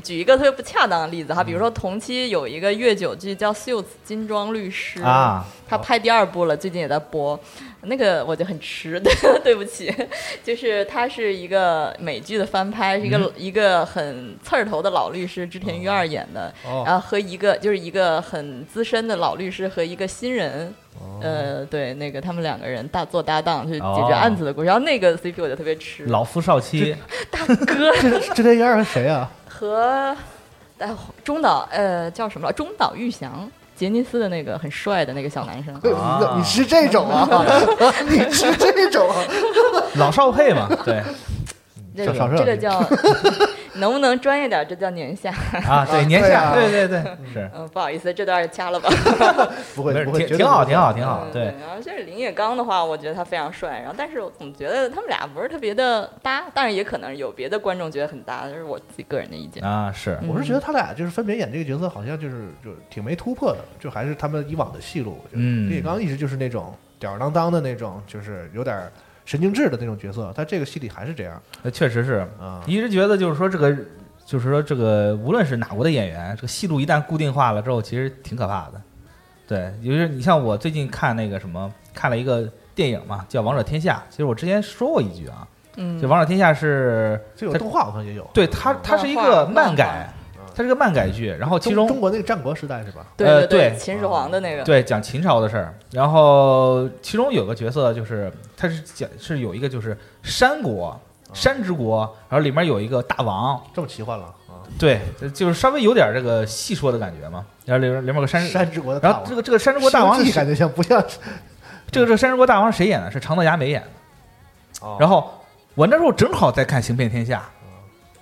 E: 举一个特别不恰当的例子哈，比如
F: 嗯
E: 说同期有一个越久剧叫《秀子金装律师》
F: 啊，
E: 他拍第二部了，最近也在播。那个我就很迟， 对对不起，就是它是一个美剧的翻拍，是一个、一个很刺儿头的老律师织田裕二演的，
C: 哦
E: 然后和一个就是一个很资深的老律师和一个新人，呃，对，那个他们两个人大做搭档去解
F: 哦
E: 决案子的故事，然后那个 CP 我就特别吃，
F: 老夫少妻，
E: 大哥
C: 织田一二和谁 啊？
E: 和哎中岛呃叫什么了？中岛裕翔，杰尼斯的那个很帅的那个小男生，
F: 啊
H: 你是这种 啊？你是这种啊？
F: 老少配嘛， 对
E: 这
C: 小
E: 个
C: 少
E: 这
C: 帅
E: 个叫能不能专业点儿？这叫年下，
F: 啊，对年
H: 对啊
F: 下，对对对，是
E: 嗯，不好意思，这段儿掐了吧。
C: 不
F: 不
C: 会
F: 是
C: 不会，
F: 挺
C: 绝对
F: 挺好，
C: 不会
F: 挺好，挺好，
E: 嗯
F: 对，
E: 然后就是林野刚的话，我觉得他非常帅，然后但是我总觉得他们俩不是特别的搭，但是也可能有别的观众觉得很搭，这是我自己个人的意见。
F: 啊是
E: 嗯
C: 我是觉得他俩就是分别演这个角色，好像就是就挺没突破的，就还是他们以往的戏路。我觉得
F: 嗯
C: 李铁刚一直就是那种吊儿郎当的那种，就是有点神经质的那种角色，他这个戏里还是这样
F: 那确实是，
C: 啊。
F: 一直觉得就是说这个，就是说这个，无论是哪国的演员，这个戏路一旦固定化了之后，其实挺可怕的。对，就是你像我最近看那个什么，看了一个电影嘛，叫《王者天下》。其实我之前说过一句啊，
E: 嗯
F: 就《王者天下》是，
C: 这有
F: 他
C: 动画好像也有，
F: 对它它是一个漫改，它是个漫改剧，然后
C: 中
F: 其中
C: 中国那个战国时代是吧？
E: 对
F: 呃
E: 对，
F: 对
E: 秦始皇的那个，
F: 对，讲秦朝的事儿。然后其中有个角色就是，他是讲是有一个就是山国山之国，然后里面有一个大王，
C: 这么奇幻了啊！
F: 对，就是稍微有点这个戏说的感觉嘛。然后里面里面有个山，
C: 山之国的
F: 然
C: 大
F: 后
C: 王，
F: 这个这个山之国大王
C: 形
F: 是
C: 制感觉像不像？
F: 这个这个山之国大王是谁演的？是长泽雅美演的。然
C: 后
F: 后我那时候正好在看《行骗天下》，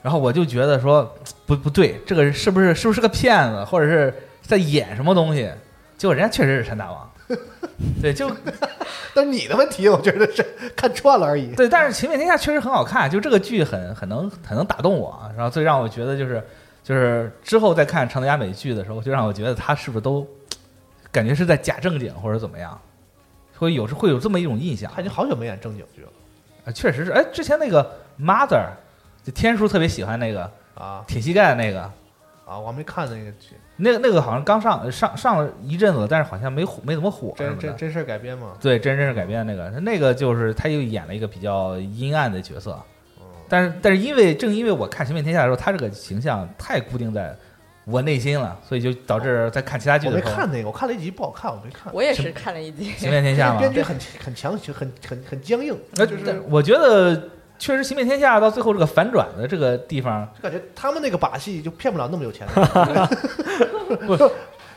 F: 然后我就觉得说不不对，这个是不是是不是个骗子，或者是在演什么东西？结果人家确实是山大 王，对，就哦
C: 但你的问题，我觉得是看串了而已。
F: 对，但是《秦面天下》确实很好看，就这个剧很很能很能打动我啊，然后最让我觉得就是就是之后再看长泽雅美剧的时候，就让我觉得他是不是都感觉是在假正经或者怎么样，会有会有这么一种印象。
C: 他已经好久没演正经剧了
F: 啊确实是，哎，之前那个 Mother，就天叔特别喜欢那个
C: 啊
F: 铁膝盖那个，
C: 啊！我还没看那个剧，
F: 那个那个好像刚上上上了一阵子，但是好像没火没怎么火什
C: 真
F: 么
C: 真
F: 的。
C: 真事儿改编嘛？
F: 对，真人改编那个，那个就是他又演了一个比较阴暗的角色，
C: 哦
F: 但是但是因为正因为我看《行骗天下》的时候，他这个形象太固定在我内心了，所以就导致在看其他剧
C: 我
F: 的
C: 没
F: 时候，
C: 看那个，我看了一集不好看，我没看。
E: 我也是看了一集。
F: 行骗天下》嘛，
C: 编剧很很强行，很很很僵硬，
F: 那
C: 就是
F: 但我觉得确实《行骗天下》到最后这个反转的这个地方，
C: 就感觉他们那个把戏就骗不了那么有钱人， 就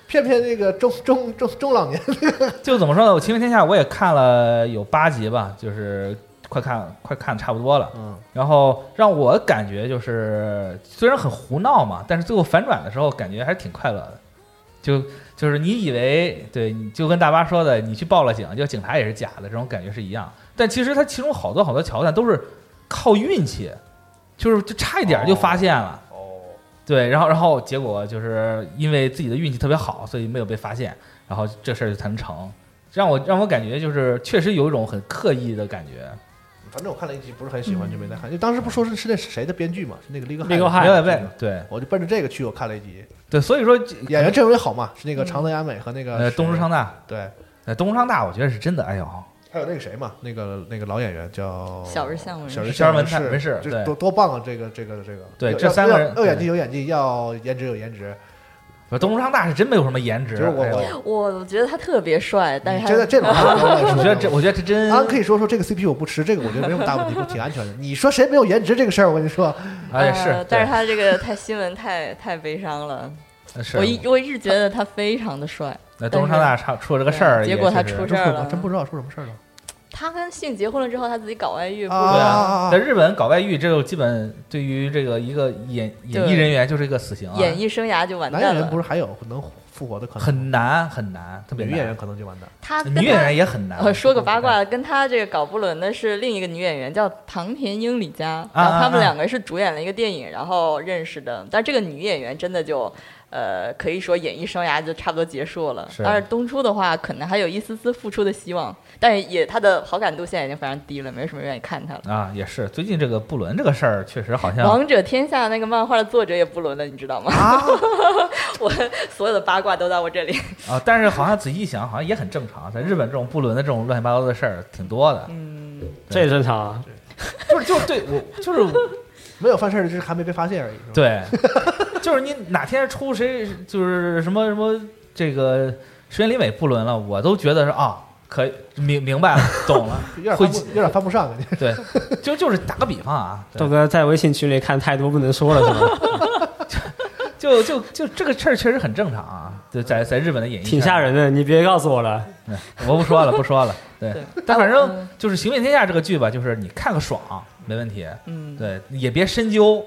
C: 骗骗那个中中中中老年。
F: 就怎么说呢？我《行骗天下》我也看了有八集吧，就是快看快看差不多了。
C: 嗯，
F: 然后让我感觉就是，虽然很胡闹嘛，但是最后反转的时候感觉还是挺快乐的。就就是你以为对，你就跟大巴说的，你去报了警，就警察也是假的，这种感觉是一样。但其实它其中好多好多桥段都是靠运气，就是就差一点就发现了。
C: 哦，
F: 对，然后然后结果就是因为自己的运气特别好，所以没有被发现，然后这事儿就才能成。让我让我感觉就是确实有一种很刻意的感觉，
C: 反正我看了一集，不是很喜欢，就没
E: 嗯
C: 再看。就当时不说是是那谁的编剧嘛，是那个 Legal
D: Legal
C: High
F: 没
C: 的
F: 有被
C: 编剧
F: 对
C: 我就奔着这个去，我看了一集。
F: 对，所以说这
C: 演员阵容也好嘛，是那个长泽雅美和那个
F: 呃
C: 谁
F: 东芝昌大，
C: 对，
F: 呃东芝昌大我觉得是真的，哎呦，
C: 还有那个谁嘛，那个那个老演员叫
E: 小日向文世
C: 小日
F: 小日
C: 文
F: 文太文世
C: 就是
F: 对
C: 多多棒啊！这个这个这个，
F: 对
C: 要
F: 这三个人
C: 要要演技有演技，要颜值有颜值。
F: 不是东芝昌大是真没有什么颜值，
C: 就是我
F: 哎呦
C: 我
E: 我觉得他特别帅，但是
C: 你
E: 他
C: 觉得这种话我也说
F: 我
C: 不
F: 觉
C: 了
F: 得这我觉得这真
C: 安可以说说这个 CP 我不吃，这个我觉得没什么大问题，不挺安全的。你说谁没有颜值这个事儿，我跟你说，
F: 哎
E: 呃
F: 是，
E: 但是他这个太新闻太太悲伤了。
F: 他是
E: 我
C: 啊
E: 一我一直觉得他非常的帅，
F: 那东芝昌大出出了这个事儿，
E: 对
F: 也
E: 结果他
F: 确实
E: 出事
C: 这
E: 儿
C: 我
E: 了。
C: 真不知道出什么事儿了。
E: 他跟性结婚了之后，他自己搞外遇，不
C: 啊
F: 对
E: 知道
F: 啊，在日本搞外遇，这就基本对于这个一个演演艺
E: 对
F: 人员就是一个死刑啊，
E: 演艺生涯就完
C: 男
E: 蛋
C: 演员
E: 了
C: 不。是还有能复活的可能？
F: 很难很难，特别
C: 女
F: 难
C: 演员可能就完蛋。
E: 他跟
F: 女演
E: 啊他
F: 员也很难。
E: 呃，说个八卦，跟他这个搞不伦的是另一个女演员，叫唐田英里佳，
F: 啊
E: 然后他
F: 啊
E: 们两个是主演了一个电影，然后认识的。但这个女演员真的就，呃，可以说演艺生涯就差不多结束了。
F: 是
E: 但是东初的话，可能还有一丝丝复出的希望，但是也她的好感度现在已经非常低了，没有什么人愿意看她了。
F: 啊，也是最近这个布伦这个事儿，确实好像
E: 王啊者天下那个漫画的作者也不伦了，你知道吗？ 我所有的八卦都在我这里。
F: 啊，但是好像仔细一想，好像也很正常。在日本这种布伦的这种乱七八糟的事儿挺多的，
E: 嗯
D: 这也正常啊。
F: 就是就是对我就是
C: 没有犯事儿，就是还没被发现而已。是吧，
F: 对， 就是你哪天出谁就是什么什么这个石原里美布伦了，我都觉得是啊，可以明明白了，懂了
C: 有，点
F: 会
C: 翻不有点翻不上， 感觉
F: 对，就就是打个比方啊，对
D: 豆哥在微信群里看太多不能说了是吧？
F: 就就就这个事儿确实很正常啊，对，在在日本的演艺
D: 挺
F: 圈
D: 吓人的，你别告诉我了。
F: 对我不说了，不说了。对
E: 对，
F: 但反正
E: 嗯
F: 就是《行遍天下》这个剧吧，就是你看个爽没问题，
E: 嗯，
F: 对，也别深究。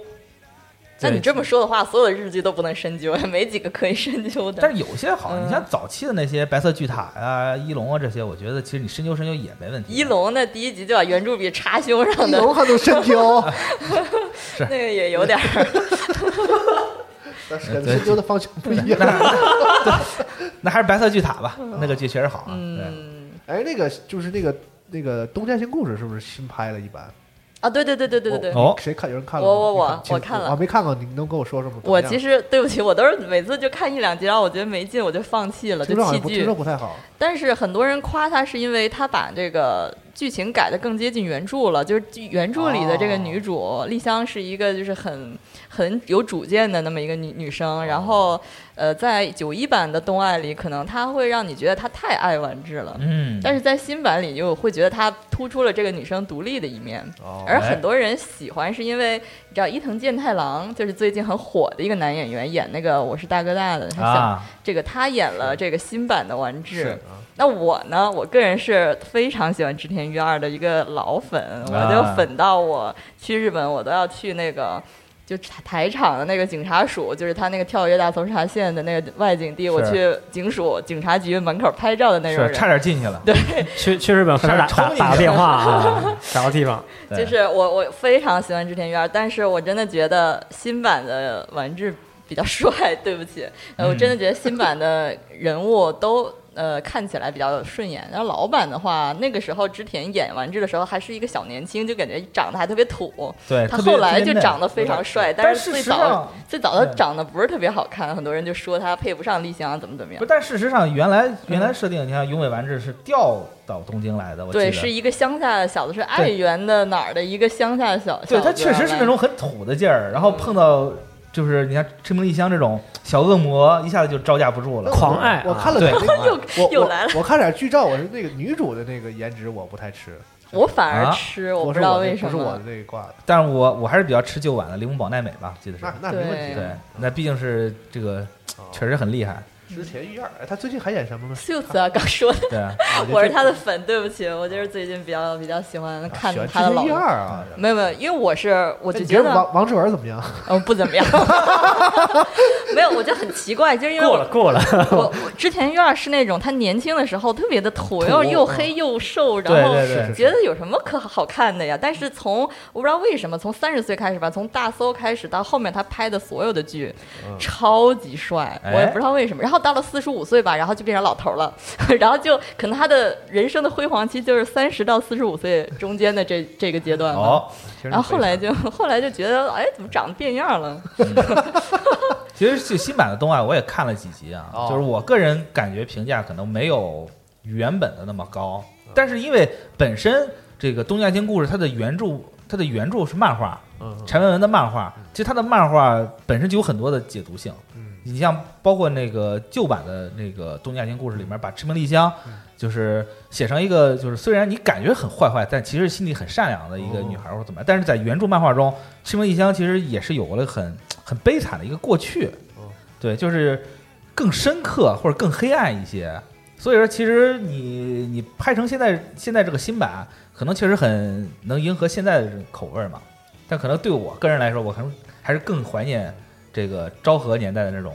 E: 那
F: 对
E: 你这么说的话，所有的日剧都不能深究，没几个可以深究的。
F: 但是有些好，
E: 嗯
F: 你像早期的那些《白色巨塔》呀、《一龙》啊这些，我觉得其实你深究深究也没问题。
E: 一龙那第一集就把圆珠笔插胸上
C: 一
E: 的
C: 楼还能 深究，
E: 那个也有点儿，
C: 但是深究的方向不 一样。
F: 那还是《白色巨塔》吧，那个剧确实好啊。对，
E: 嗯，
C: 哎，那个就是那个那个《东山新故事》是不是新拍了一版？
E: 啊，对对对对对对对，
F: 哦
C: 谁看？有人看了吗？
E: 我我我
C: 你
E: 我看了
C: 我没看过，你能跟我说说吗？
E: 我其实对不起，我都是每次就看一两集，然后我觉得没劲，我就放弃了，就
C: 听说好
E: 弃
C: 像不听
E: 剧
C: 说。不太好，
E: 但是很多人夸他是因为他把这个剧情改的更接近原著了，就是原著里的这个女
C: 哦
E: 主丽香是一个就是很很有主见的那么一个女女
C: 哦
E: 生，然后呃，在九一版的动爱里，可能她会让你觉得她太爱玩质了。
F: 嗯，
E: 但是在新版里又会觉得她突出了这个女生独立的一面，
C: 哦
F: 哎
E: 而很多人喜欢是因为你知道伊藤健太郎就是最近很火的一个男演员，演那个《我是大哥大》的，他想、
F: 啊，
E: 这个他演了这个新版的完
C: 是
E: 治。
C: 啊，
E: 那我呢，我个人是非常喜欢织田裕二的一个老粉，我
F: 啊
E: 就粉到我去日本我都要去那个。就台场的那个警察署，就是他那个跳跃大搜查线的那个外景地，我去警署警察局门口拍照的那种
F: 是
E: 人，
F: 差点进去了。
D: 去去日本和他打
F: 差
D: 打
F: 点冲
D: 打
F: 你
D: 个电话 啊，找个地方。
F: 对
E: 就是我我非常喜欢织田裕二，但是我真的觉得新版的丸治比较 帅，对不起，呃，我真
F: 嗯
E: 的觉得新版的人物都。呃，看起来比较顺眼。然后老版的话，那个时候织田演完治的时候还是一个小年轻，就感觉长得还特别土。
F: 对，
E: 他
F: 特别
E: 后来
F: 特别
E: 就
F: 嫩
E: 长得非常帅，
F: 但
E: 是
F: 事
E: 最
F: 实
E: 早
F: 上
E: 最早他
F: 对
E: 长得不是特别好看，很多人就说他配不上丽香，怎么怎么样
F: 不，。但事实上原
E: 嗯
F: 来原来设定，你看永尾完治是调到东京来的，我记
E: 对，
F: 得。
E: 是一个乡下的小子，是爱
F: 对
E: 媛的哪儿的一个乡下的小小子。啊
F: 对他确实是那种很土的劲
E: 嗯
F: 儿，然后碰到就是你看赤名丽香这种小恶魔，一下子就招架不住了。
D: 狂爱啊
C: 我看了
F: 对
C: 点那个，我
E: 又来了
C: 我我看点剧照，我是那个女主的那个颜值我不太吃，
E: 我反而
F: 啊
E: 吃，
C: 我
E: 我不
C: 是
E: 知道
C: 我那
E: 为什
C: 不是我的
E: 么。
C: 那一挂的，
F: 但是我我还是比较吃旧版的铃木保奈美吧，记得是
C: 那。那没问题啊
E: 对
F: 对
C: 的。，
F: 那毕竟是这个
C: 哦
F: 确实很厉 害，
C: 织田裕二，哎，他最近还演什么了？
E: Suits 啊，刚说的，
F: 对啊，
C: 啊
E: 我是他的粉，对不起，我就是最近比较比较喜欢看
C: 喜欢
E: 他的
C: 织
E: 老
C: 田裕
E: 公。
C: 二啊。
E: 没有没有，因为我是
C: 哎
E: 我
F: 呃
E: 就
C: 你
E: 觉
C: 觉得
E: 得
C: 王王志文怎么样？
E: 嗯不怎么样， 没有，我就很奇怪，就是因为
D: 过了
E: 我
D: 过了，
E: 我我之前院儿是那种他年轻的时候特别的土，又又黑又瘦，
F: 嗯对
E: 然后
F: 对对
C: 是是
E: 觉得有什么可好看的呀？但是从我不知道为什么，从三十岁开始吧，从大搜开始到后面他拍的所有的剧，超级帅，
F: 嗯哎
E: 我也不知道为什么。然后到了四十五岁吧，然后就变成老头了， 然后就可能他的人生的辉煌期就是三十到四十五岁中间的这这个阶段吧。
F: 哦，
C: 嗯
E: 然后后来就后来就觉得，哎，怎么长得变样了？
F: 其实就新版的动画我也看了几集啊，
C: 哦
F: 就是我个人感觉评价可能没有原本的那么高，
C: 嗯
F: 但是因为本身这个《东亚间故事》它的原著，它的原著是漫画，
C: 嗯
F: 柴文文的漫画，其实他的漫画本身就有很多的解读性。
C: 嗯，
F: 你像包括那个旧版的那个《东亚间故事》里面，把赤名丽香
C: 嗯
F: 就是写成一个就是虽然你感觉很坏坏，但其实心里很善良的一个
C: 哦
F: 女孩或者怎么样。但是在原著漫画中，赤名丽香其实也是有过了很很悲惨的一个过去
C: 哦，
F: 对，就是更深刻或者更黑暗一些。所以说，其实你你拍成现在现在这个新版，可能确实很能迎合现在的口味儿嘛。但可能对我个人来说，我可能还是更怀念这个昭和年代的那种，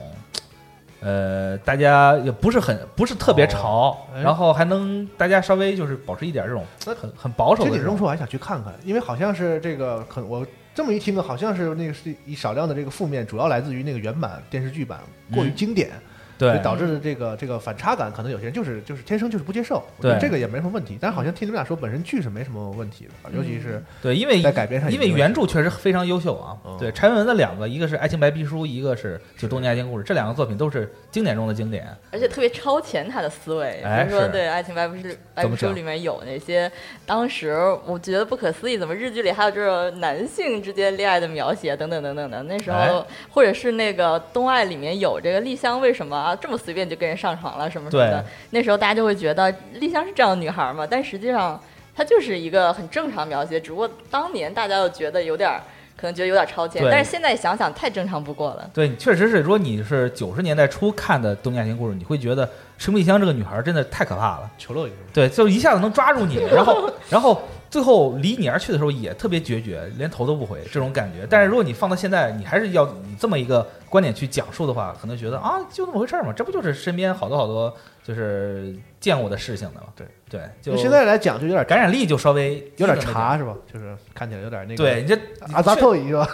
F: 呃，大家也不是很不是特别潮，
C: 哎
F: 然后还能大家稍微就是保持一点这种
C: 那
F: 很很保守
C: 这
F: 的
C: 你
F: 这
C: 扔
F: 种。
C: 出我还啊想去看看，因为好像是这个，可我这么一听，好像是那个是一少量的这个负面，主要来自于那个原版电视剧版过于经典，所
F: 嗯对
C: 以，导致的这个这个反差感，可能有些人就是就是天生就是不接受，我觉
F: 对
C: 得这个也没什么问题。但是好像听你们俩说，本身剧是没什么问题的，尤其是
F: 对，因为
C: 在改编上也
F: 因为
C: 没问题
F: 原著确实非常优秀啊，
C: 哦
F: 对，柴文文的两个，一个是《爱情白皮书》，一个是《就东京爱情故事》，这两个作品都是经典中的经典。
E: 而且特别超前他的思维，
F: 哎
E: 比如说
F: 是
E: 对《爱情白皮书》白
F: 怎么
E: 皮书
F: 讲
E: 里面有哪些，当时我觉得不可思议，怎么日剧里还有这种男性之间恋爱的描写等等等等的。那时候、
F: 哎
E: 或者是那个《东爱》里面有这个丽香为什么、啊、这么随便就跟人上床了什么什么的
F: 对，
E: 那时候大家就会觉得丽香是这样的女孩嘛，但实际上她就是一个很正常描写，只不过当年大家又觉得有点儿。可能觉得有点超前，
F: 对
E: 但是现在想想太正常不过了。
F: 对，确实是，如果你是九十年代初看的《东京爱情故事》，你会觉得赤木丽香这个女孩真的太可怕了。
C: 球乐也是
F: 对，就一下子能抓住你，然后 然后最后离你而去的时候也特别决绝，连头都不回这种感觉。但是如果你放到现在，你还是要以这么一个观点去讲述的话，可能觉得啊，就那么回事儿嘛，这不就是身边好多好多就是见过的事情的嘛。
C: 对
F: 对，就
C: 就现在来讲就有点
F: 感染力就稍微
C: 有点
F: 低了那
C: 茶是吧？就是看起来有点那个
F: 种。对，你这
C: 阿扎特伊是吧？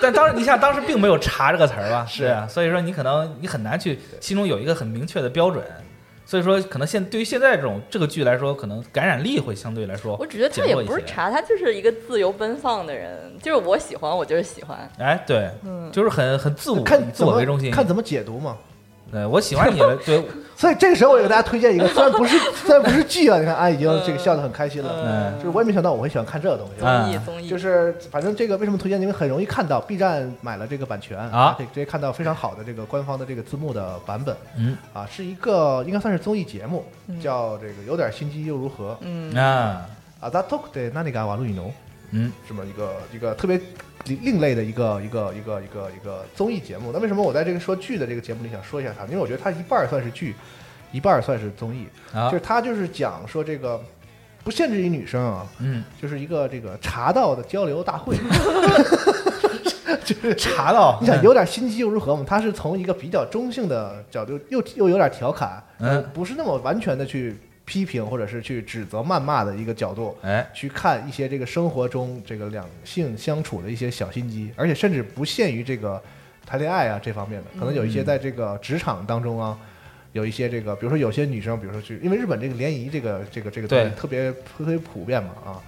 F: 但当时你像当时并没有“查”这个词儿吧？是啊，所以说你可能你很难去心中有一个很明确的标准，所以说可能现对于现在这种这个剧来说，可能感染力会相对来
C: 哦
F: 说
E: 我只觉得他
F: 减
E: 也
F: 弱一
E: 不是
F: 些
E: 茶，他就是一个自由奔放的人，就是我喜欢我就是喜欢。
F: 哎，对，
E: 嗯
F: 就是很很自我，以
C: 看
F: 自
C: 怎
F: 我
C: 么
F: 为中心。
C: 看怎么解读嘛。
F: 对，我喜欢 你了，对，
C: 所以这个时候，我也给大家推荐 一个，虽然不是虽然不是剧啊，你看安已经这个笑得很开心了，
F: 嗯
C: 就是我也没想到我会喜欢看这个东西。
E: 综艺
F: 嗯
E: 综艺
C: 啊就是反正这个为什么推荐？因为很容易看到 B 站买了这个版权
F: 啊
C: 可以直接看到非常好的这个官方的这个字幕的版本
F: 嗯
C: 啊，是一个应该算是综艺节目，叫这个有点心机又如何
E: 嗯，
F: 啊，
C: 啊，他 talk 的那里嘎瓦路易农
F: 嗯，
C: 这么一个一个特别另另类的一个一个一个一个一个综艺节目。那为什么我在这个说剧的这个节目里想说一下它？因为我觉得它一半儿算是剧，一半儿算是综艺。
F: 啊
C: 就是，他就是讲说这个不限制于女生啊，
F: 嗯，
C: 就是一个这个茶道的交流大会。就是
F: 查到，
C: 你想有点心机又如何嘛？他是从一个比较中性的角度，又又有点调侃，
F: 嗯
C: 不是那么完全的去批评或者是去指责、谩骂的一个角度，
F: 哎，
C: 去看一些这个生活中这个两性相处的一些小心机，而且甚至不限于这个谈恋爱啊这方面的，可能有一些在这个职场当中啊。有一些这个，比如说有些女生，比如说去，因为日本这个联谊这个这个这个东西
F: 对
C: 特别特别普遍嘛啊，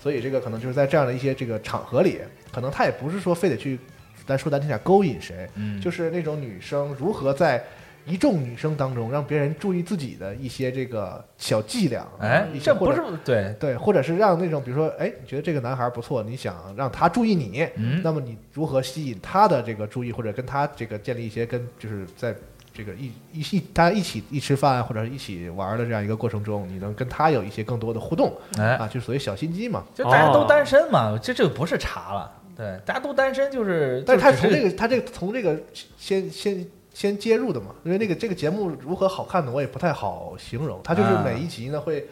C: 所以这个可能就是在这样的一些这个场合里，可能她也不是说非得去，咱说难听点勾引谁，
F: 嗯，
C: 就是那种女生如何在一众女生当中让别人注意自己的一些这个小伎俩，啊
F: 哎
C: 一，些
F: 这
C: 或
F: 不
C: 者
F: 是对，
C: 对，或者是让那种比如说，哎，你觉得这个男孩儿不错，你想让他注意你，
F: 嗯
C: 那么你如何吸引他的这个注意，或者跟他这个建立一些跟就是在这个一一一大家一起一起吃饭或者一起玩儿的这样一个过程中，你能跟他有一些更多的互动
F: 哎，
C: 啊，就所谓小心机嘛。
F: 就大家都
D: 哦
F: 单身嘛，这这个不是查了，对，大家都单身就是，
C: 但是
F: 就
C: 他
F: 只
C: 从这个他这个从这个先先先接入的嘛，因为那个这个节目如何好看呢，我也不太好形容。他就是
F: 啊
C: 每一集呢会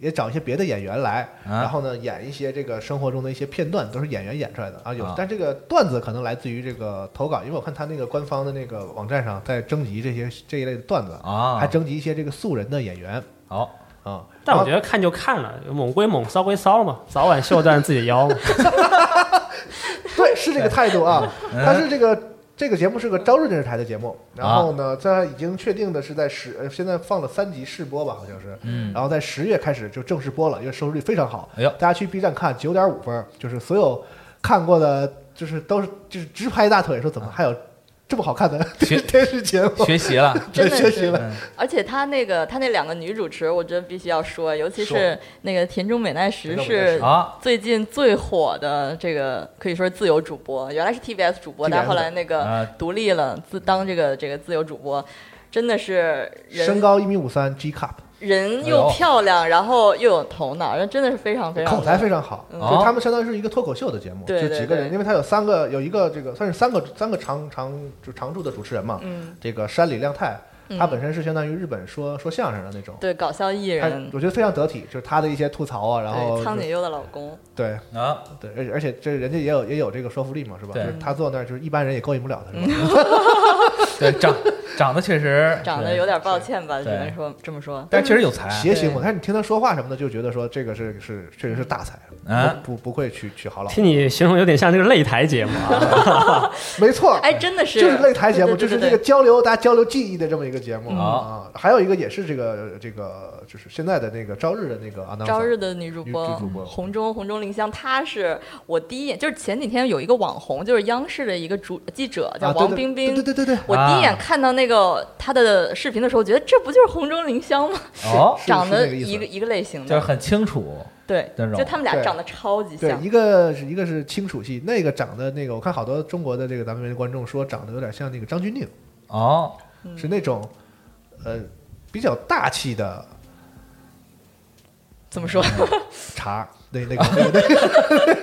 C: 也找一些别的演员来，
F: 啊
C: 然后呢演一些这个生活中的一些片段，都是演员演出来的啊。有
F: 啊，
C: 但这个段子可能来自于这个投稿，因为我看他那个官方的那个网站上在征集这些这一类的段子，
F: 啊，
C: 还征集一些这个素人的演员
F: 好，
C: 啊。
D: 但
C: 然
D: 我
C: 后
D: 觉得看就看了，猛归猛，骚归骚嘛，早晚秀断自己腰嘛。
C: 对，是这个态度 啊。
F: 嗯
C: 但是这个这个节目是个朝日电视台的节目，然
F: 啊
C: 后呢，它已经确定的是在十，呃现在放了三集试播吧，好像是，
F: 嗯
C: 然后在十月开始就正式播了，因为收视率非常好。
F: 哎呦
C: 大家去 B 站看，九点五分，就是所有看过的，就是都是就是直拍大腿，说怎么还有这么好看的
F: 学
C: 电视节目？
F: 学 习了，嗯
E: 真的
C: 学习
E: 是。
C: 了，
E: 而且他那个他那两个女主持，我觉得必须要说，尤其是那个田中美奈实
C: 田中美奈
E: 是
C: 实
F: 啊
E: 最近最火的这个可以说是自由主播，原来是 TBS 主播，
C: TBS
E: 但后来那
F: 啊
E: 个独立了，自当这个这个自由主播。真的是
C: 身
E: 人
C: 高一米五三，G cup，
E: 人
F: 哎呦
E: 又漂亮，然后又有头脑，那真的是非常非常
C: 口才非常好，
F: 嗯
C: 就他们相当于是一个脱口秀的节目，
E: 对
C: 就
E: 对
C: 几个人，
E: 对
C: 因为他有三个，有一个这个算是三个三个常常就常驻的主持人嘛，
E: 嗯
C: 这个山里亮太，
E: 嗯
C: 他本身是相当于日本说说相声的那种，
E: 对搞笑艺
C: 他
E: 人，
C: 我觉得非常得体，就是他的一些吐槽啊，然后
E: 对苍
C: 就
E: 井优的老公，
C: 对
F: 啊，
C: 对，而且而且这人家也有也有这个说服力嘛，是吧？
F: 对
E: 嗯
C: 就是他坐那儿，就是一般人也勾引不了他，是吧？
F: 对，长长得确实
E: 长得
F: 对
E: 有点抱歉吧，
F: 对
E: 只能说这么说。
F: 但确实有 才，
C: 邪行，我看你听他说话什么的，就觉得说这个是是确实是大才，
F: 啊
C: 不不不愧娶娶好老婆，
D: 听你形容有点像这个擂台节目 啊，
C: 没错，
E: 哎，真的是，
C: 就是擂台节目，
E: 对
C: 就
E: 对
C: 是
E: 对
C: 这个交流大家交流技艺的这么一个节目
F: 嗯
C: 啊。还有一个也是这个这个就是现在的那个朝日的那个啊，
E: 朝日的女主
C: 女
E: 播
C: 女主播
E: 红中红中绫香，她是我第一眼就是前几天有一个网红，就是央视的一个主记者叫
C: 啊，
E: 王
C: 对对
E: 冰冰。
C: 对对对对对，
E: 我第一眼
F: 啊
E: 看到那个她的视频的时候，觉得这不就是红中绫香吗？
F: 哦，
C: 是
E: 长
C: 是那
E: 得
C: 个意思
E: 一个一个类型
F: 就是
E: 的，
F: 很清楚，
E: 对
F: 那，种
E: 就他们俩
C: 对
E: 长得超级
C: 对
E: 像，
C: 一个是一个是清楚系，那个长得那个，我看好多中国的这个咱们观众说长得有点像那个张钧甯，
F: 哦，
E: 嗯
C: 是那种呃比较大气的
E: 怎么说？
F: 嗯
C: 茶，那那个那个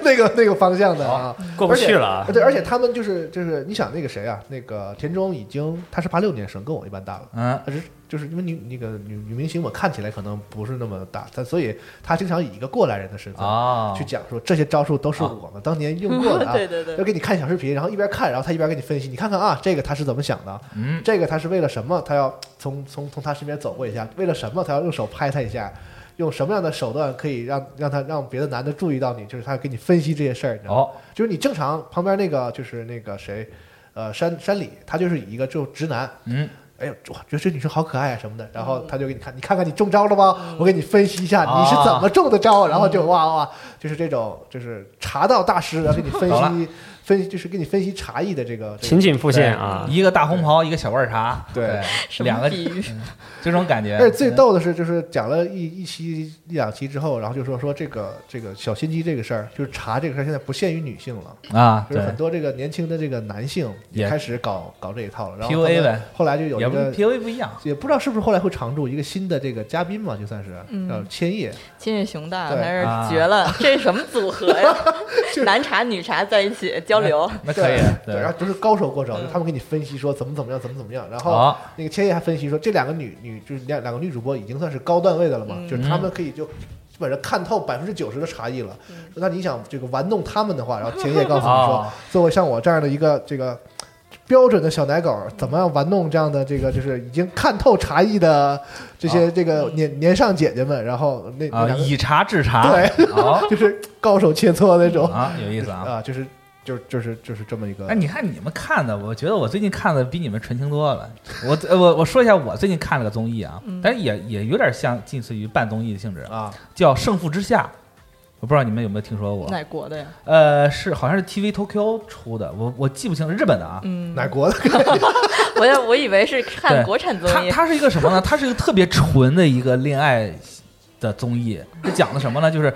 C: 那个那个方向的啊。
D: 过不去了啊
C: 而且。对，而且他们就是就是，你想那个谁啊，那个田中已经他是八六年生，跟我一般大了。
F: 嗯，
C: 呃她是就是因为女那个女女明星，我看起来可能不是那么大，她所以她经常以一个过来人的身份
F: 哦
C: 去讲说这些招数都是我们当年用过的啊，
E: 对对对
C: 要给你看小视频，然后一边看，然后她一边给你分析，你看看啊，这个她是怎么想的，
F: 嗯，
C: 这个她是为了什么，她要从从从她身边走过一下，为了什么她要用手拍她一下。用什么样的手段可以让让她让别的男的注意到你？就是她给你分析这些事儿，你知道吗？
F: 哦，
C: 就是你正常旁边那个就是那个谁，呃，山山里，他就是以一个就直男，
F: 嗯，
C: 哎呦，哇，觉得这女生好可爱啊什么的，然后他就给你看，你看看你中招了吗？我给你分析一下
F: 嗯啊
C: 你是怎么中的招，然后就哇哇，就是这种就是茶道大师，然后给你分
F: 懂
C: 析分析，就是给你分析茶艺的这个这
D: 情
C: 个
D: 景复现啊，
F: 一个大红袍，一个小罐茶，
C: 对
E: 什
F: 两
E: 么
F: 个嗯
E: 比喻？
F: 这种感觉，
C: 而且最逗的是，就是讲了一一期一两期之后，然后就说说这个这个小心机这个事儿，就是茶这个事儿现在不限于女性了，
F: 啊，
C: 就是
F: 对
C: 很，多这个年轻的这个男性也
F: 也
C: 开始搞搞这一套了。然后
F: PUA
C: 他们
F: 呗
C: 后来就有
F: 也
C: 一
F: 不
C: 个
F: POV 不一样，
C: 也不知道是不是后来会常驻一个新的这个嘉宾嘛，就算是
F: 嗯
C: 叫千叶，
E: 金日熊大，
C: 对
E: 那
F: 啊
E: 是绝了，这是什么组合 呀？ 男茶女茶在一起交流，
F: 那可以，啊
C: 对，然后都是高手过招，就他们给你分析说怎么怎么样，怎么怎么样，然后
F: 好
C: 那个千叶还分析说这两个女女就是两两个女主播已经算是高段位的了嘛，
F: 嗯
C: 就是他们可以就。基本上看透百分之九十的茶艺了，那你想这个玩弄他们的话，然后千叶告诉你说
F: 哦，
C: 作为像我这样的一个这个标准的小奶狗，怎么样玩弄这样的这个就是已经看透茶艺的这些这个年年上姐姐们，然后那那
F: 哦啊，
C: 两个
F: 以茶治茶，
C: 对
F: 好
C: 就是高手切磋那种
F: 啊，有意思啊。
C: 啊，就是就是就是就是这么一个
F: 哎，你看你们看的，我觉得我最近看的比你们纯情多了。我呃我我说一下我最近看了个综艺啊，
E: 嗯
F: 但是也也有点像近似于半综艺的性质，
C: 啊，
F: 叫《胜负之下》，我不知道你们有没有听说过？
E: 哪国的呀？
F: 呃，是好像是 TV Tokyo 出的，我我记不清了，日本的啊。
E: 嗯，
C: 哪国的？
E: 我也我以为是看
F: 对
E: 国产综
F: 它
E: 艺，
F: 它是一个什么呢？它是一个特别纯的一个恋爱的综艺，它讲的什么呢？就是